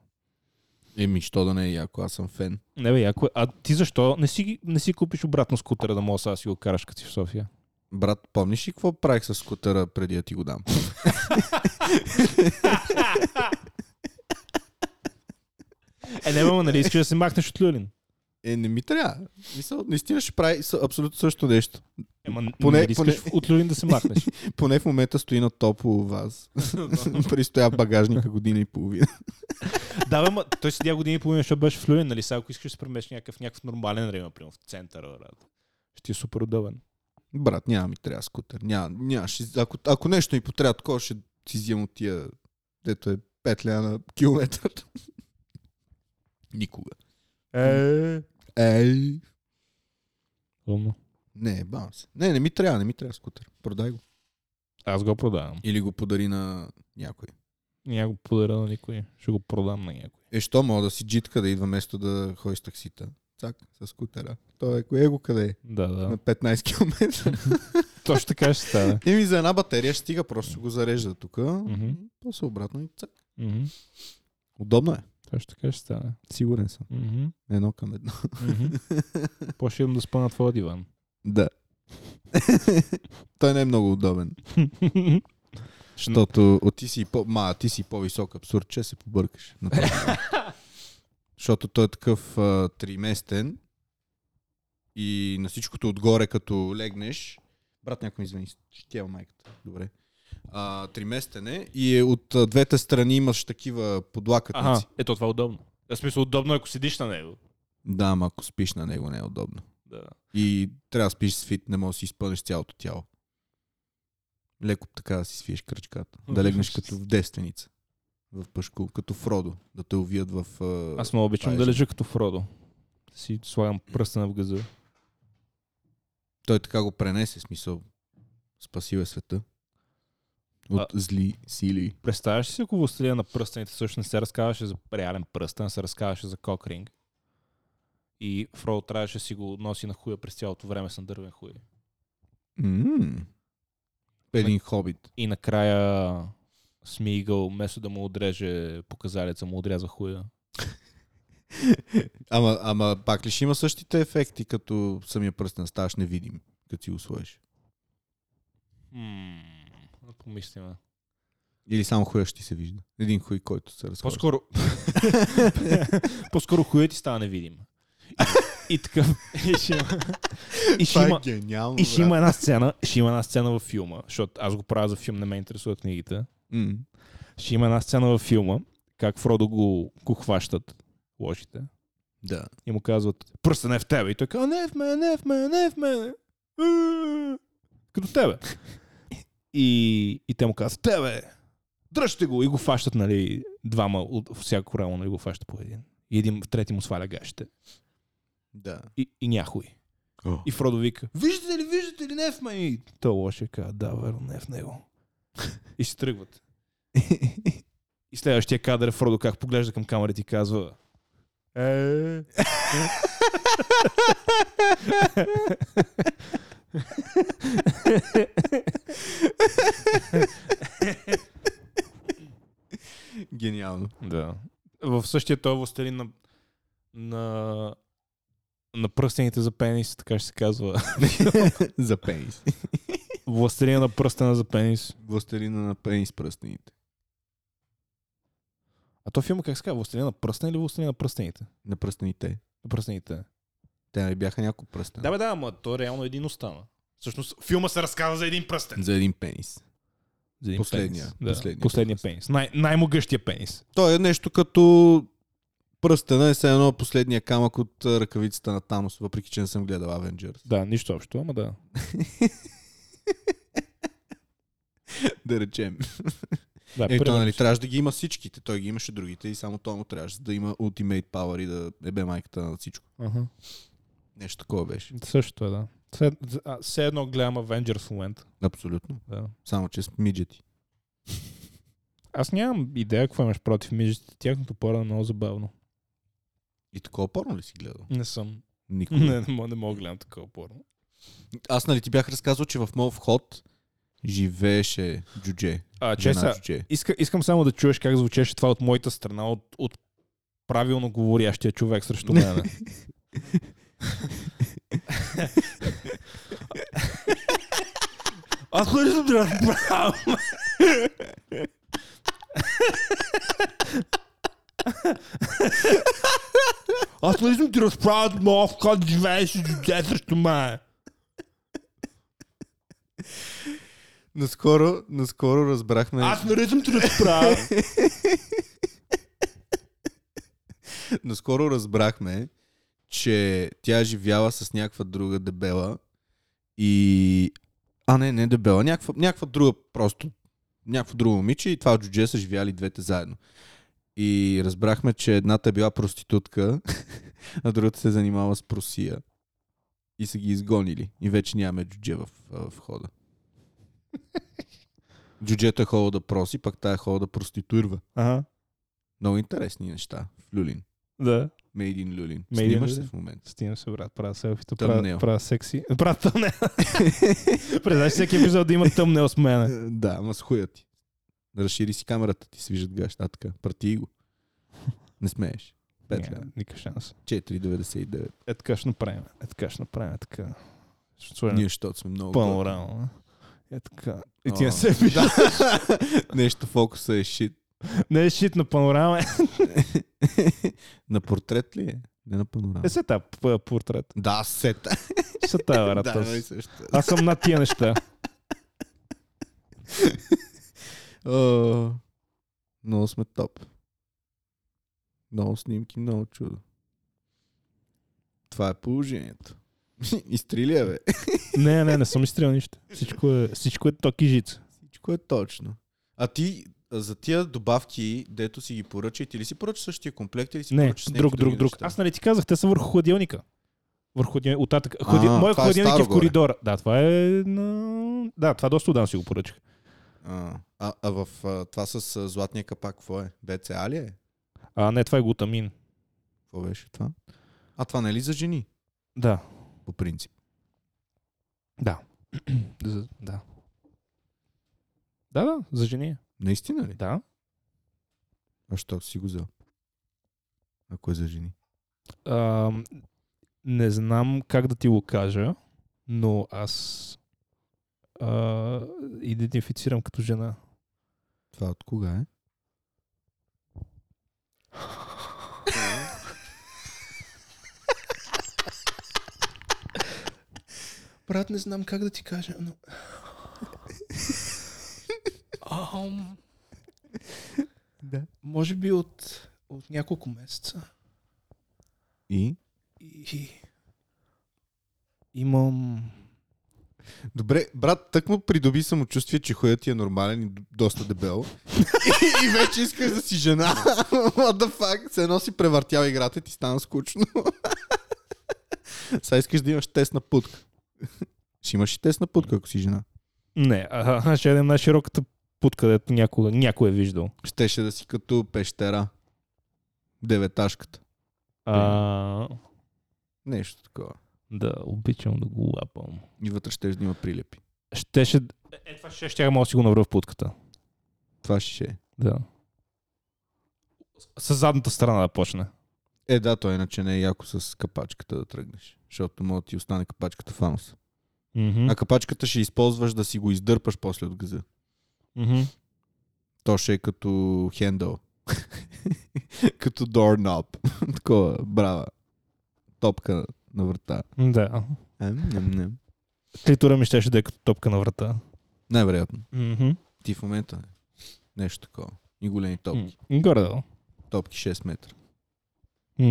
B: Еми, що да не е яко, аз съм фен.
A: Не бе, яко е. А ти защо не си, ги- не си купиш обратно скутера да може сега да си го караш като си в София?
B: Брат, помниш ли какво правих с скутера преди да ти го дам?
A: Е, не бе, ма, нали искаш да се махнеш от Люлин?
B: Е, не ми трябва. Мисъл, наистина ще прави с- абсолютно също нещо.
A: Ема,
B: Поне-
A: поне, нали искаш
B: поне-
A: от Люлин да се махнеш?
B: Поне в момента стои на топло у <laughs> вас. Пристоя в багажника година и половина.
A: да, бе, ма, той седя години и половина, защото беше в Люлин, нали? Сега, ако искаш да се премеш някакъв, някакъв нормален район, примерно в центъра, брат. Ще ти е супер удобен.
B: Брат, няма ми трябва скутер. Няма, няма. Ще, ако, ако нещо ми потрябва такова, ще си взема от тия, дето е 5 ля на километър. Никога.
A: Е,
B: Ей.
A: умно.
B: Не, бам се. Не, не ми трябва, не ми трябва скутер. Продай го.
A: Аз го продавам.
B: Или го подари на някой.
A: Няма го подаря на никой. Ще го продам на някой.
B: Е, що мога да си джитка да идва вместо да ходи с таксита? Цак, с скутера. Той е, кое го къде е?
A: Да, да.
B: На 15 км.
A: Точно така ще стане.
B: <laughs> Еми за една батерия ще стига, просто го зарежда тук.
A: Мгм.
B: После обратно и цак.
A: Мгм.
B: Удобно е.
A: Точно така ще стане.
B: Сигурен съм.
A: Мгм.
B: Едно към едно.
A: <laughs> После имам да спа на твоя <laughs> диван.
B: Да. <laughs> Той не е много удобен. Защото от ти си, по... Ма, ти си по-висок абсурд, че се побъркаш. на този диван. Защото той е такъв а, триместен и на всичкото отгоре, като легнеш... Брат, някой ми извини, щял майката. Добре. А, триместен е и е от а, двете страни имаш такива подлакътници.
A: Ага, ето това е удобно. В смисъл, удобно е, ако седиш на него.
B: Да, ама ако спиш на него не е удобно.
A: Да.
B: И трябва да спиш с фит, не можеш да си изпълниш цялото тяло. Леко така да си свиеш кръчката. Да легнеш като в девственица. В пъшко, като Фродо. Да те увият в... а,
A: Аз много обичам
B: Това е
A: да
B: за-
A: лежа като Фродо. Си слагам пръстена в газа.
B: Той така го пренесе, смисъл. Спасива света. От зли сили.
A: Представяш ли си, ако властелия на пръстените също не се разказваше за реален пръстен, а се разказваше за кокринг. И Фродо трябваше да си го носи на хуя през цялото време с надървен хуй.
B: М. Един хобит.
A: И накрая Смигъл, вместо да му отреже показалеца, му отряза хуя.
B: Ама, ама пак ли ще има същите ефекти, като самия пръстен ставаш невидим, като си го сложиш?
A: Ммм, да помислиме.
B: Или само хуя ще ти се вижда? Един хуй, който се разхожда.
A: По-скоро... <laughs> По-скоро хуя ти става невидим. И, и такъв... <laughs> И ще има... И ще
B: Това
A: има...
B: е гениално,
A: И ще има една сцена, ще има една сцена във филма, защото аз го правя за филм, не ме интересуват книгите.
B: М.
A: Ще има една сцена във филма, как Фродо го, го хващат лошите
B: Да.
A: и му казват пръстен е в тебе. И той казва, не е в мене, не е в мене, не е в мене. Уу, Като тебе. И, и те му казват, тебе, дръжте го. И го фащат, нали, двама от всяко рамо, нали, го фащат по един. И един трети му сваля гащите.
B: Да.
A: И, и някой. И Фродо вика, виждате ли, виждате ли неф, ме? И то лошия казва, да, верно, не в <laughs> него. и си тръгват. и следващия кадър Фродо как поглежда към камерата и казва, е,
B: Гениално.
A: <laughs> Да. В същия този властелин на, на, на пръстените за пенис, така ще се казва.
B: <laughs>
A: <laughs>
B: За пенис.
A: Властелина на пръстена за пенис.
B: Властелина на пенис пръстените.
A: А то филма как се казва? Властелина на пръстена или властелина на пръстените?
B: На пръстените.
A: На пръстените.
B: Те нали бяха няколко пръстена.
A: Да, бе, да, ама то реално един остана. Всъщност филма се разказва за един пръстен.
B: За един пенис.
A: За един
B: Последния.
A: пенис. Да,
B: Последния
A: последния, последния пенис. Най- най-могъщия пенис.
B: Той е нещо като пръстена е все едно последния камък от а, ръкавицата на Танос, въпреки че не съм гледал Avengers.
A: Да, нищо общо, ама да.
B: <laughs> да речем.
A: да
B: Е, то,
A: примерно
B: Е, нали,
A: си.
B: трябваше да ги има всичките. Той ги имаше другите и само той му трябваше за да има Ultimate Power и да ебе майката на всичко.
A: Аха.
B: Нещо такова беше.
A: Същото е, да. Все, а, все едно гледам Avengers в момента.
B: Абсолютно.
A: Да.
B: Само че с миджети.
A: Аз нямам идея какво имаш против мижите. Тяхното порно е много забавно.
B: И такова порно ли си гледал?
A: Не съм.
B: Никога.
A: не, не, мога, не мога да гледам такова порно.
B: Аз нали ти бях разказал, че в моят вход живееше джудже.
A: А, че
B: Жена
A: са,
B: <laughs> джудже.
A: иска, искам само да чуеш как звучеше това от моята страна, от, от правилно говорящия човек <laughs> срещу мен. Аз ходя съм да разбрал. Аз лично ти разправят моят вход, живееш дете срещу мен.
B: Наскоро, наскоро разбрахме,
A: Аз не съм ти разправя.
B: наскоро разбрахме, че тя живяла с някаква друга дебела и... А, не, не дебела, някаква, някаква друга просто. Някакво друго момиче и това джудже са живяли двете заедно. И разбрахме, че едната е била проститутка, <laughs> а другата се занимава с просия. И са ги изгонили. И вече нямаме джудже в, в хода. Джуджето е ходила да проси, пък тая е ходила да проституирва.
A: Ага,
B: Много интересни неща в Люлин.
A: да.
B: Made in Люлин.
A: Made in
B: Снимаш се
A: Люлин.
B: в момента.
A: Стигна се, брат, правя селфито,
B: Тъмнел.
A: правя, правя секси. Брат, тъмнел. <laughs> Представяш всеки епизод да има тъмнел с мене.
B: Е, <laughs> Да, ама с хуя ти. Разшири си камерата, ти се виждат гаща, така.
A: <laughs>
B: Прати го. Не смееш. Пет
A: Няма,
B: лева.
A: Никакъв шанс.
B: 4,99.
A: Е така ще направим. Е така ще направим. Е така. Ще сложим
B: Ние, защото сме много...
A: пълно
B: готини.
A: рано. Е така. И ти
B: А.
A: не се вижда.
B: <laughs> Нещо фокуса е шит.
A: Не е шит на панорама. е.
B: на портрет ли е? Не на панорама.
A: Е се та п- портрет.
B: Да, сета.
A: Ще та, брат.
B: да, нали
A: аз-
B: също.
A: Аз съм над тия неща.
B: О, Много сме топ. Много снимки, много чудо. Това е положението. <laughs> Изстрелия, бе.
A: Не, не, не съм изстрел нищо. Всичко е, всичко е ток и жица.
B: Всичко е точно. А ти а, за тия добавки, дето си ги поръча, и ти ли си поръча същия комплект или си
A: Не,
B: поръча с някакви
A: друг, друг,
B: други
A: друг.
B: неща?
A: Аз нали ти казах, те са върху хладилника. Върху хладилника. Оттатък. Хлади...
B: А,
A: Моят
B: това е
A: хладилник е,
B: старо
A: в
B: горе.
A: коридора. Да, това е на... Да, това доста отдавна си го поръчах.
B: А, а, а в а, това с а, златния капак, какво е? БЦА ли е?
A: А, не, това е глутамин.
B: Какво беше това? А това не е ли за жени,
A: Да.
B: по принцип?
A: Да. За- да. Да, да, за жени. е.
B: Наистина ли?
A: Да.
B: А що си го взел? Ако е за жени.
A: А, не знам как да ти го кажа, но аз а, идентифицирам като жена.
B: Това от кога е?
A: <laughs> Брат, не знам как да ти кажа, но... Ам... Да. Може би от, от няколко месеца.
B: И?
A: И... Имам...
B: Добре, брат, тък му придоби самочувствие, че хуят ти е нормален и д- доста дебел. <laughs> и, и вече искаш да си жена. <laughs> What the fuck? Се едно си превъртял играта и ти стана скучно. <laughs> Сега искаш да имаш тест на путка. <laughs> Ще имаш и тест на путка, ако си жена.
A: Не, а, а, ще ядем най-широката путка, където някога, някой е виждал.
B: Щеше да си като пещера. Деветашката.
A: А,
B: Нещо такова.
A: да, обичам да го лапам.
B: И вътре ще да има прилепи.
A: Щеше... Е, Е, това ще ще мога да си го навръв в путката.
B: Това ще е.
A: Да. С с задната страна да почне.
B: Е, да, то иначе не е яко с капачката да тръгнеш. Защото мога да ти остане капачката в ануса.
A: Мгм.
B: А капачката ще използваш да си го издърпаш после от газа.
A: Мгм.
B: То ще е като хендъл. <laughs> като doorknob. <laughs> Такова, брава. Топка на врата.
A: Да.
B: Ем-ням-ням.
A: Клитора ми щеше да е като топка на врата.
B: Най-вероятно.
A: Мгм.
B: Ти в момента е. Нещо такова. И големи топки.
A: М, Горе да.
B: Топки 6 метра.
A: М,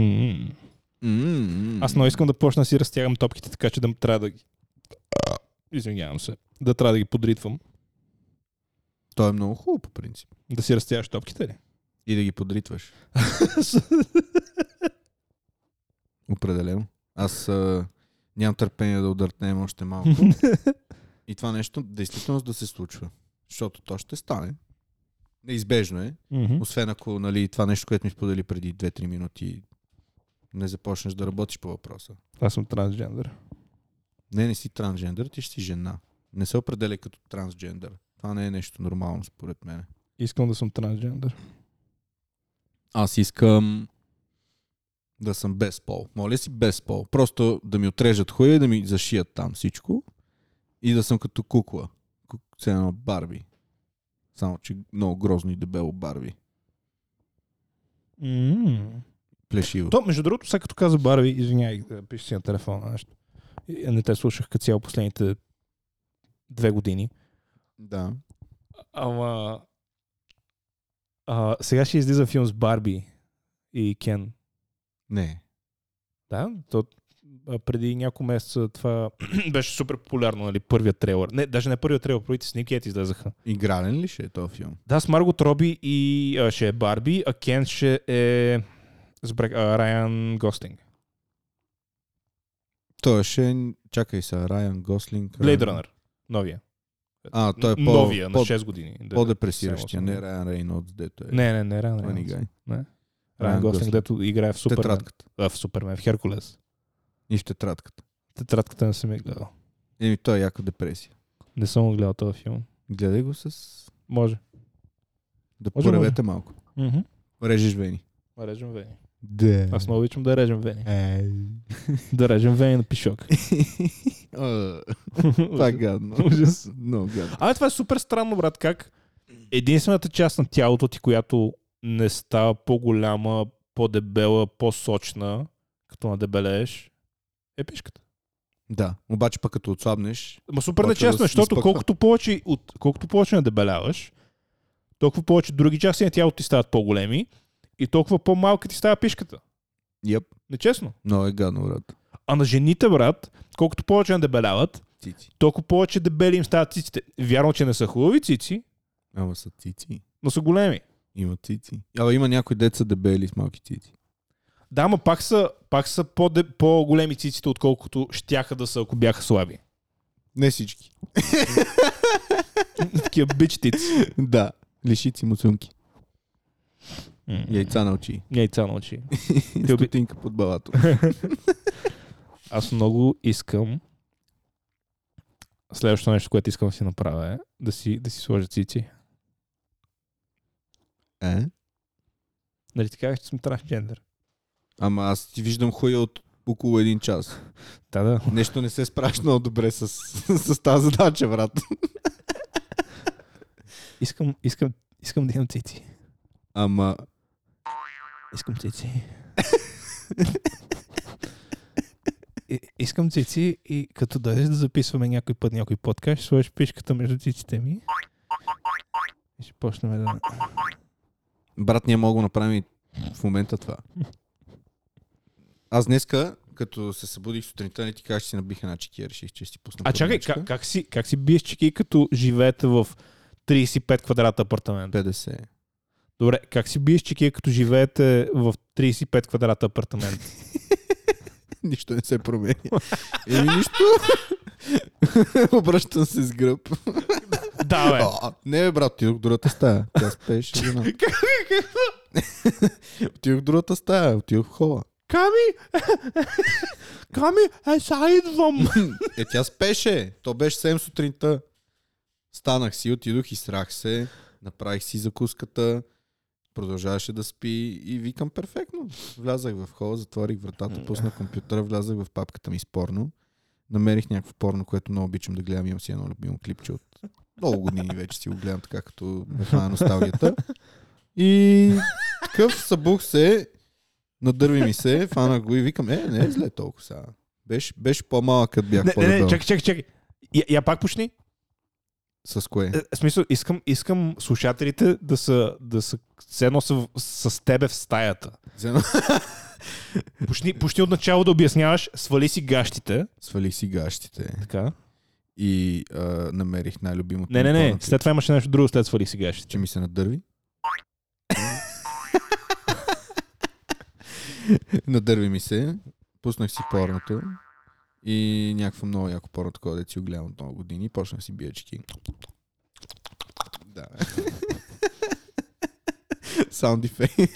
B: М-м-м.
A: Аз много искам да почна да си разтягам топките, така че да м- трябва да ги... Извинявам се. Да трябва да ги подритвам.
B: То е много хубаво по принцип.
A: Да си разтягаш топките ли?
B: И да ги подритваш. Определено. Аз а, нямам търпение да удъртнем още малко. И това нещо действително да се случва. Защото то ще стане. Неизбежно е.
A: Мгм.
B: Освен ако нали, това нещо, което ми сподели преди 2-3 минути, не започнеш да работиш по въпроса.
A: Аз съм трансджендър.
B: Не, не си трансджендър, ти ще си жена. Не се определя като трансджендър. Това не е нещо нормално, според мен.
A: Искам да съм трансджендър.
B: Аз искам да съм без пол. Моля си без пол. Просто да ми отрежат хуя и да ми зашият там всичко. И да съм като кукла. Ку- Все едно Барби. Само, че много грозно и дебело Барби.
A: М.
B: Плешиво.
A: То, между другото, сега като каза Барби, извинявай, да пише си на телефона нещо. И Не те слушах като цяло последните две години.
B: Да.
A: Ама... А, сега ще излиза филм с Барби и Кен.
B: Не.
A: Да, то а, преди няколко месеца това <clears throat> беше супер популярно, нали, първият трейлър. Не, даже не първият трейлър, първите снимки ето излезаха.
B: Игрален ли ще е този филм?
A: Да, с Марго Троби и а, ще е Барби, а Кен ще е забрах, а, Райан Гослинг.
B: Той ще... е- Чакай сега, Райан Гослинг.
A: Blade
B: Райан-
A: Runner. Новия.
B: А, той е по...
A: Новия, на
B: по-
A: 6 години. Да.
B: По-депресиращия,
A: Седем,
B: не
A: осем.
B: Райан Рейнолдс, дето е.
A: Не, не, не, Райан
B: Мани
A: Рейнолдс.
B: Гай.
A: Райан Гослинг, дето играе в Супермен.
B: Тетрадката.
A: А, в Супермен, в Херкулес.
B: И в тетрадката.
A: Тетрадката не съм я гледал.
B: Еми, той е яко депресия.
A: Не съм го гледал този филм.
B: Гледай го с
A: Може.
B: Да
A: Може,
B: поревете малко.
A: Mm-hmm.
B: Режеш вени.
A: Режем вени.
B: Да. Е.
A: Аз много обичам да режем
B: <laughs>
A: вени. Да режем вени на пишок.
B: Това е гадно.
A: Ужас.
B: Много гадно.
A: А, това е супер странно, брат. Как единствената част на тялото ти, която не става по-голяма, по-дебела, по-сочна, като надебелееш, е пишката.
B: Да, обаче пък като отслабнеш,
A: Ма супер
B: Почва
A: нечестно, е,
B: да се
A: защото
B: изпъква.
A: колкото повече, от, колкото повече надебеляваш, толкова повече други части на тялото ти стават по-големи и толкова по-малка ти става пишката.
B: Йеп.
A: Нечестно.
B: много е гадно, брат.
A: А на жените, брат, колкото повече надебеляват,
B: Цици.
A: толкова повече дебели им стават циците. Вярно, че не са хубави цици,
B: Ама са цици.
A: но са големи.
B: Има цици. Ама има някои деца дебели с малки цици.
A: Да, ма пак са, пак са по-де- по-големи циците, отколкото щяха да са, ако бяха слаби. <laughs>
B: Не всички.
A: Такива бичтици.
B: <laughs> да. Лишици, муцунки. Яйца на очи.
A: Яйца на очи. Ти оби-
B: Стотинка под балато.
A: Аз много искам следващото нещо, което искам да си направя е да си, да си сложа цици.
B: Е?
A: Нали ти казах, че съм трансджендър?
B: Ама аз ти виждам хуя от около един час.
A: Да, да.
B: Нещо не се справиш много добре с, <laughs> с тази задача, брат.
A: Искам, искам, искам да имам цици.
B: Ама
A: Искам цици. И- Искам цици и като дойдеш да записваме някой път някой подкаст, ще сложиш пишката между циците ми. И ще почнем да...
B: Брат, ние мога да го направим и в момента това. Аз днеска, като се събудих сутринта, не ти кажа, че си набих една чекия, реших, че ще си пусна.
A: А чакай,
B: първичка.
A: как, как, си, как си биеш чеки, като живеете в 35 квадрата апартамент?
B: 50.
A: Добре, как си биеш чеки, като живеете в 35 квадрата апартамент?
B: <laughs> Нищо не се променя. <laughs> Еми нищо. <laughs> Обръщам се с гръб.
A: <laughs> Да, бе.
B: А, не, бе, брат, отидох в другата стая. Тя
A: <laughs>
B: спееше. жена. <laughs> отидох в другата стая, отидох в хола. <laughs>
A: Ками! <laughs> Ками, аз идвам!
B: Е, тя спеше. То беше 7 сутринта. Станах си, отидох и срах се. Направих си закуската. Продължаваше да спи и викам перфектно. Влязах в хола, затворих вратата, пуснах компютъра, влязах в папката ми с порно. Намерих някакво порно, което много обичам да гледам. Имам си едно любимо клипче от много години вече си го гледам така, като ме хвана носталгията. И такъв събух се, надърви ми се, фана го и викам, е, не е зле толкова сега. Беше, беше по-малък, като
A: Не,
B: бях
A: не, не,
B: по-дебел.
A: чакай, чакай, чакай. Я, я пак пушни.
B: С кое?
A: Е, В смисъл, искам, искам слушателите да са, да са, все едно са в- с тебе в стаята.
B: Взема- <laughs>
A: Почни, почни от начало да обясняваш, свали си гащите.
B: Свалих си гащите
A: Така.
B: и а, намерих най-любимото.
A: Не, не,
B: ми
A: не.
B: порно
A: След това имаше нещо друго, след свали си
B: че
A: гащите.
B: ми
A: <laughs>
B: се надърви. надърви ми се. Пуснах си порното и някакво много яко порно такова, да си го гледам от много години. и Почнах си биечки.
A: <laughs>
B: Да. Саунд ефект.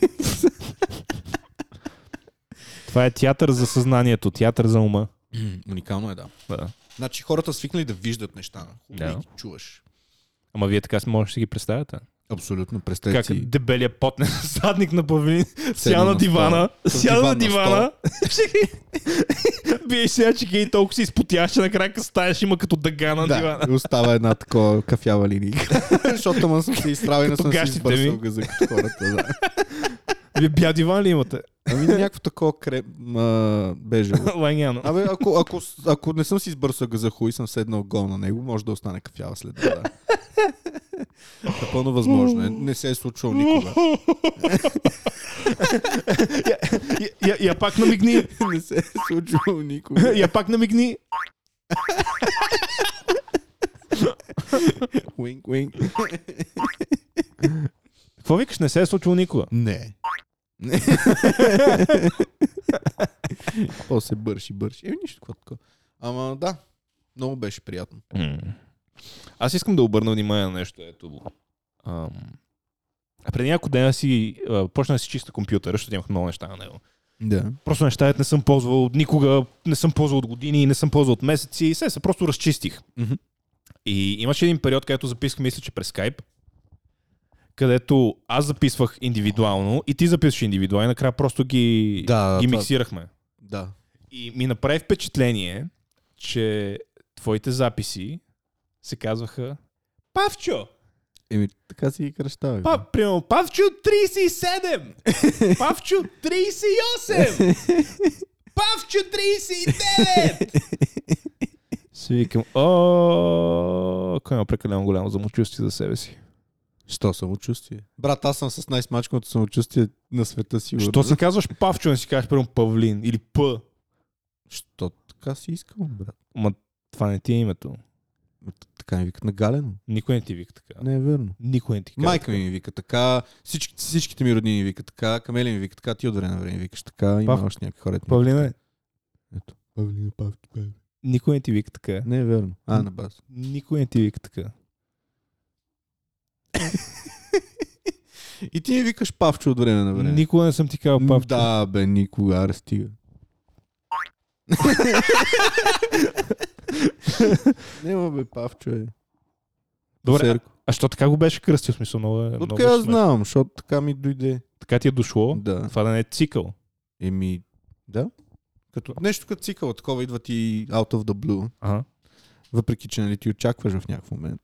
A: Това е театър за съзнанието, театър за ума.
B: Уникално е, да.
A: Да.
B: Значи хората свикнали да виждат неща. Хубаво е,
A: Да.
B: ги чуваш.
A: Ама вие така можете да си ги представяте.
B: Абсолютно, представи
A: Как
B: си.
A: дебелия потне <laughs> задник на павлин, сяда на
B: на
A: дивана,
B: стола.
A: сяда на
B: С диван
A: дивана,
B: на
A: <laughs> биеш сега чеки и толкова си изпотяш, че накрая стаеш има като дъга на дивана.
B: Да, и остава една такова кафява линийка. <laughs> Защото ма съм се изправил, не
A: Като
B: съм си
A: гащите
B: избърсал
A: ми.
B: газа като хората. Да.
A: Вие бя диван ли имате? <laughs>
B: Ами някакво такова крем, а, бежево.
A: Лайняно.
B: Абе, ако, ако, ако не съм си избърсал газа хуй, съм седнал гол на него, може да остане кафява след това. Да. Напълно възможно е. Не се е случвало <laughs> никога.
A: Я- я- я- Я пак намигни. <laughs>
B: не се е случвало никога.
A: Я пак намигни.
B: Уинк, уинк.
A: Какво викаш? Не се е случило никога.
B: Не. Не. После бърши, бърши. Е, нищо такова. такова. Ама да, много беше приятно.
A: Аз искам да обърна внимание на нещо. Ето. Ам... а Преди няколко дена си а, почна да си чиста компютъра, защото имах много неща на него.
B: Да.
A: Просто неща дето не съм ползвал от никога, не съм ползвал от години, не съм ползвал от месеци и се, се просто разчистих.
B: Мгм.
A: И имаше един период, където записах, мисля, че през Skype, където аз записвах индивидуално и ти записваш индивидуално и накрая просто ги,
B: Да,
A: ги
B: това-
A: миксирахме.
B: Да.
A: И ми направи впечатление, че твоите записи се казваха Павчо!
B: Еми, така си ги кръщавах.
A: Па, примерно, Павчо 37! Павчо 38! Павчо 39! Си викам, о, кой има прекалено голямо самочувствие за себе си.
B: Що самочувствие? Брат, аз съм с най-смачканото самочувствие на света сигурно.
A: Що се казваш Павчо, не си кажеш примерно Павлин или П?
B: Що така си искал, брат?
A: Ма това не ти е името.
B: Така ми викат на Галено.
A: Никой не ти вика така.
B: Не е верно.
A: Никой не ти казва.
B: Майка ми ми вика така, всички, всичките ми роднини ми вика така, Камели ми вика така, ти от време на време викаш така, има
A: Пав-
B: още някакви хора. дето ми викат
A: Павлина,
B: така. е. Павлина, Павки, Павки.
A: никой не ти вика така.
B: Не е верно. А, на бас.
A: Никой не ти вика така.
B: И ти ми викаш Павчо от време на време.
A: Никога не съм ти казал Павчо.
B: Да, бе, никога, аре <laughs> стига. Нема бе, Павчо е.
A: Добре, а,
B: Серко.
A: а що така го беше кръстил? В Смисъл, много е. много
B: Откъде аз
A: смешно.
B: знам, защото така ми дойде.
A: Така ти е дошло.
B: Да.
A: Това да не е цикъл.
B: Еми, да. Като, нещо като цикъл, такова идва ти out of the blue.
A: Ага.
B: Въпреки, че нали ти очакваш в някакъв момент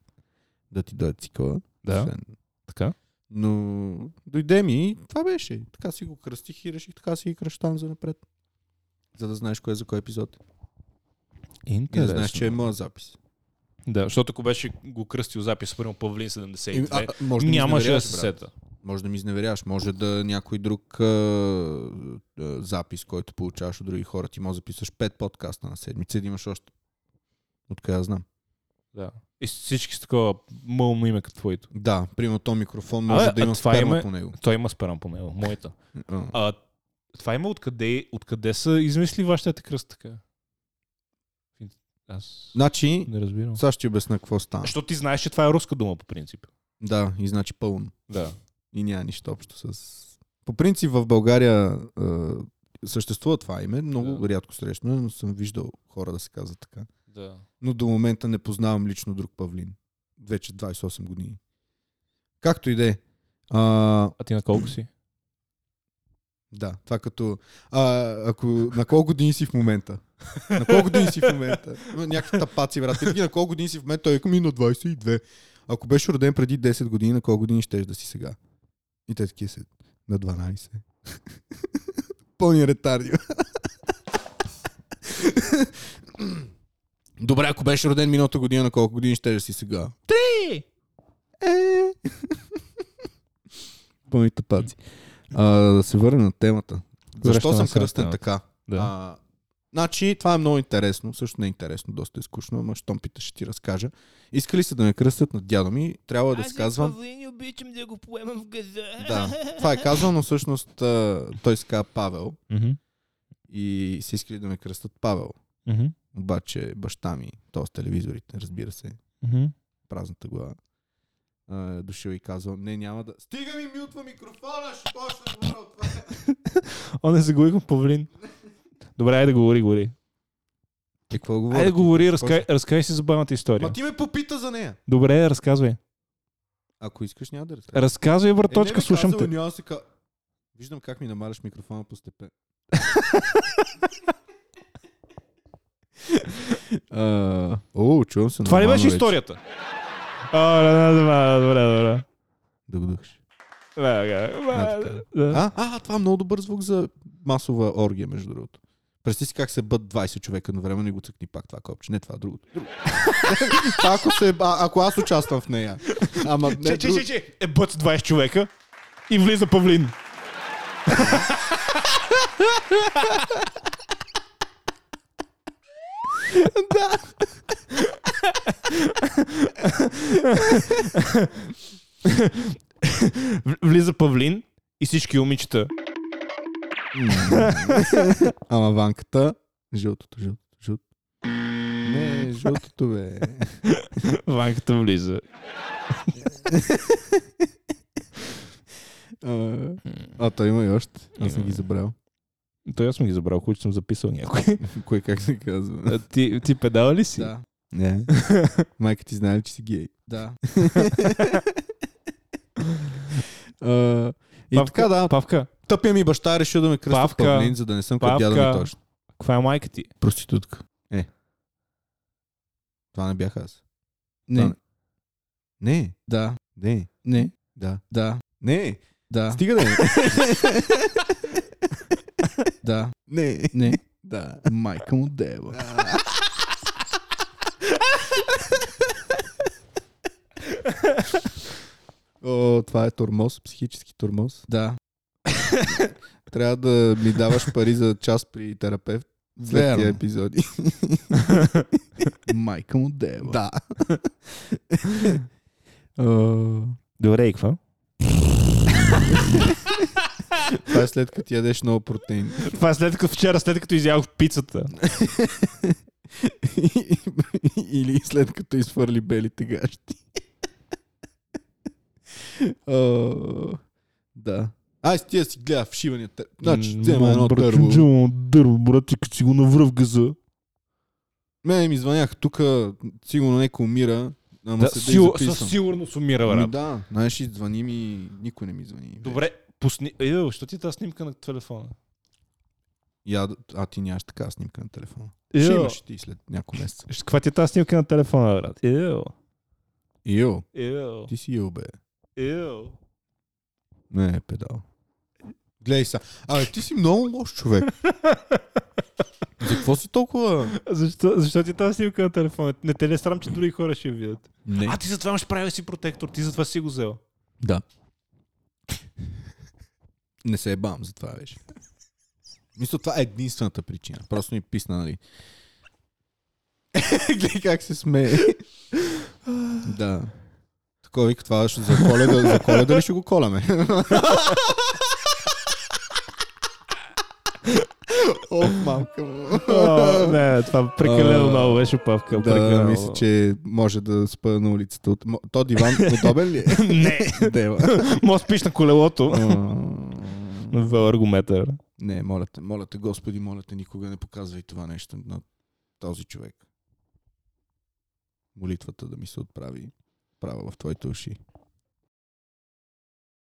B: да ти дойде цикъла.
A: Да,
B: Освен-
A: така.
B: Но дойде ми и това беше. Така си го кръстих и реших така си ги кръщам за напред. За да знаеш кое е за кой епизод. И
A: Интересно.
B: да знаеш, че е моя запис.
A: Да, защото ако беше го кръстил запис, примерно Павлин 72,
B: И, а, а, може да ми
A: нямаше да
B: изневеряваш,
A: се
B: брат.
A: сета.
B: Може да ми изневеряваш. Може да някой друг а, а, запис, който получаваш от други хора. Ти може да записваш пет подкаста на седмица и да имаш още. Откъде аз знам?
A: Да. И с- всички с такова мълно име като твоето.
B: Да, примерно то микрофон може
A: Абе,
B: да
A: а
B: има
A: това
B: сперма
A: име-
B: по него.
A: Той има сперам по него, моята.
B: А,
A: А, Това има откъде, откъде са измисли вашата кръст така? Аз
B: Значи,
A: не разбирам.
B: сега ще ти обясна какво стана.
A: Защото ти знаеш, че това е руска дума по принцип.
B: Да, и значи пълно.
A: Да.
B: и няма нищо общо с... По принцип в България е, съществува това име, много
A: Да.
B: да. рядко срещано, е, но съм виждал хора да се казват така.
A: да.
B: Но до момента не познавам лично друг павлин. Вече 28 години. Както и да е. А,
A: А ти на колко си?
B: да, това като... А, ако, на колко години си в момента? На колко години си в момента? М, Някакви тапаци, брат. Ти на колко години си в момента? Той е към на 22. Ако беше роден преди 10 години, на колко години щеш да си сега? И те такива се на 12. Пълния ретардио. Добре, ако беше роден миналата година, на колко години ще да си сега? Три! Е! Пълни тапаци. А, да се върнем на темата. Защо
A: Връщаме
B: съм
A: се на
B: кръстен
A: темата.
B: така?
A: Да.
B: А, значи, това е много интересно. Също не е интересно, доста е скучно, ама щом питаш, ще ти разкажа. Искали се да ме кръстят на дядо ми, трябва да се казвам...
C: Павлин и обичам да го поемам в газа. <laughs>
B: Да, това е казал, но всъщност а, той се казва Павел
A: Mm-hmm.
B: и са искали да ме кръстат Павел.
A: Mm-hmm.
B: Обаче баща ми, т.е. с телевизорите, разбира се,
A: Mm-hmm.
B: празната глава, а, е дошъл и казал, не, няма да... Стига ми, мютва микрофона, ще почна да говоря от това.
A: О, не загубих павлин. Добре, айде говори, говори.
B: И какво говоря?
A: Айде говори,
B: Какво
A: разкай, разкай си забавната история.
B: Ма ти ме попита за нея.
A: Добре, разказвай.
B: Ако искаш, няма да разкажа.
A: Разказвай,
B: Е, не
A: браточка,
B: бе,
A: слушам
B: казал,
A: те.
B: Няма да се ка... Виждам как ми намаляш
A: <laughs>
B: микрофона постепенно. А, О, чувам се.
A: Това ли
B: нормално
A: беше
B: вече.
A: историята? О, да, да, да, добре, добре.
B: Да го духаш.
A: Да,
B: Значи,
A: да,
B: А, така.
A: да, да.
B: А, а, това е много добър звук за масова оргия, между другото. Представи си как се бъд 20 човека едновременно и го цъкни пак това копче. Не това, е другото. Другото. Това <laughs> ако, се, а, ако аз участвам в нея. Ама не,
A: Че, че,
B: друг-
A: че, че, е бъд с 20 човека и влиза павлин. Да. Влиза павлин и всички момичета.
B: М. Ама ванката, жълтото, жълтото, жълтото. Не, жълтото бе.
A: Ванката влиза.
B: А, а той има и още. Аз съм ги забрал. <laughs>
A: Той аз съм ги забрал, които съм записал някой.
B: Кой как се казва?
A: А Ти, ти педала ли си?
B: Да. Не. <laughs> Майка ти знае ли, че си гей? Да. <laughs> а, и
A: Павка,
B: така да,
A: Павка,
B: тъпия ми баща е решил да ме кръста
A: Павка.
B: Павка, павлин, за да не съм като
A: Павка.
B: дядо ми точно.
A: каква е майка ти?
B: Проститутка. Е. Това не бях аз.
D: Не.
B: Това не. не. Да. Не.
D: Не.
B: Да.
D: Да.
B: Не.
D: Да.
B: Стига да е. не.
D: <laughs> Да.
B: не.
D: Не.
B: Да.
D: Майка му дева.
B: О, това е тормоз, психически тормоз.
D: Да.
B: <laughs> Трябва да ми даваш пари за час при терапевт. След тия
D: Верно.
B: епизоди.
D: Майка му дева.
B: да.
A: Добре, и какво?
B: Това е след като ядеш много протеин.
A: Това е след като вчера, след като изядох пицата.
B: Или след като изфърли белите гащи. О, да. Ай, с тия си гледа вшивания. тър- Значи, взема едно дърво.
A: дърво, брат, ти като си го навръв газа.
B: Мене ми звъняха тук, сигурно някой умира. Ама
A: Да,
B: да, седа
A: сигур,
B: и записвам.
A: със сигурност умира,
B: Ами
A: брат.
B: да, знаеш, и звъни ми, никой не ми звъни.
A: Добре, пусни... Е, що ти е тази снимка на телефона?
B: Я, а ти нямаш така снимка на телефона.
A: Е,
B: Ще имаш и ти след няколко месеца.
A: ще- Каква ти е тази снимка на телефона, брат? Е, Ео.
B: Йо,
A: Ео.
B: ти си йо, бе.
A: Ео.
B: Не, е педал. Гледай са. Абе, ти си много
A: <laughs>
B: лош човек. За какво си толкова...
A: Защо, защо ти е тази снимка на телефона? Не те ли е срам, че други хора ще я видят?
B: Не.
A: А ти затова имаш правил си протектор, ти затова си го взел.
B: Да. <laughs> Не се ебам за това беше. Мисля, това е единствената причина. Просто ми писна, нали? <laughs> Гледай как се <laughs> смее. да. Такова вика, това ще за <laughs> коледа, за коледа ли ще го коляме? О, малка му.
A: О, не, това прекалено
B: А,
A: много беше павка.
B: Да,
A: прекалено.
B: мисля, че може да спа на улицата. От... мо- То диван подобен ли е?
A: Не,
B: <laughs> Дева.
A: може да спиш на колелото.
B: Е.
A: На веларгометър.
B: Не, моля те, моля те, Господи, моля те, никога не показвай това нещо на този човек. Молитвата да ми се отправи права в твоите уши.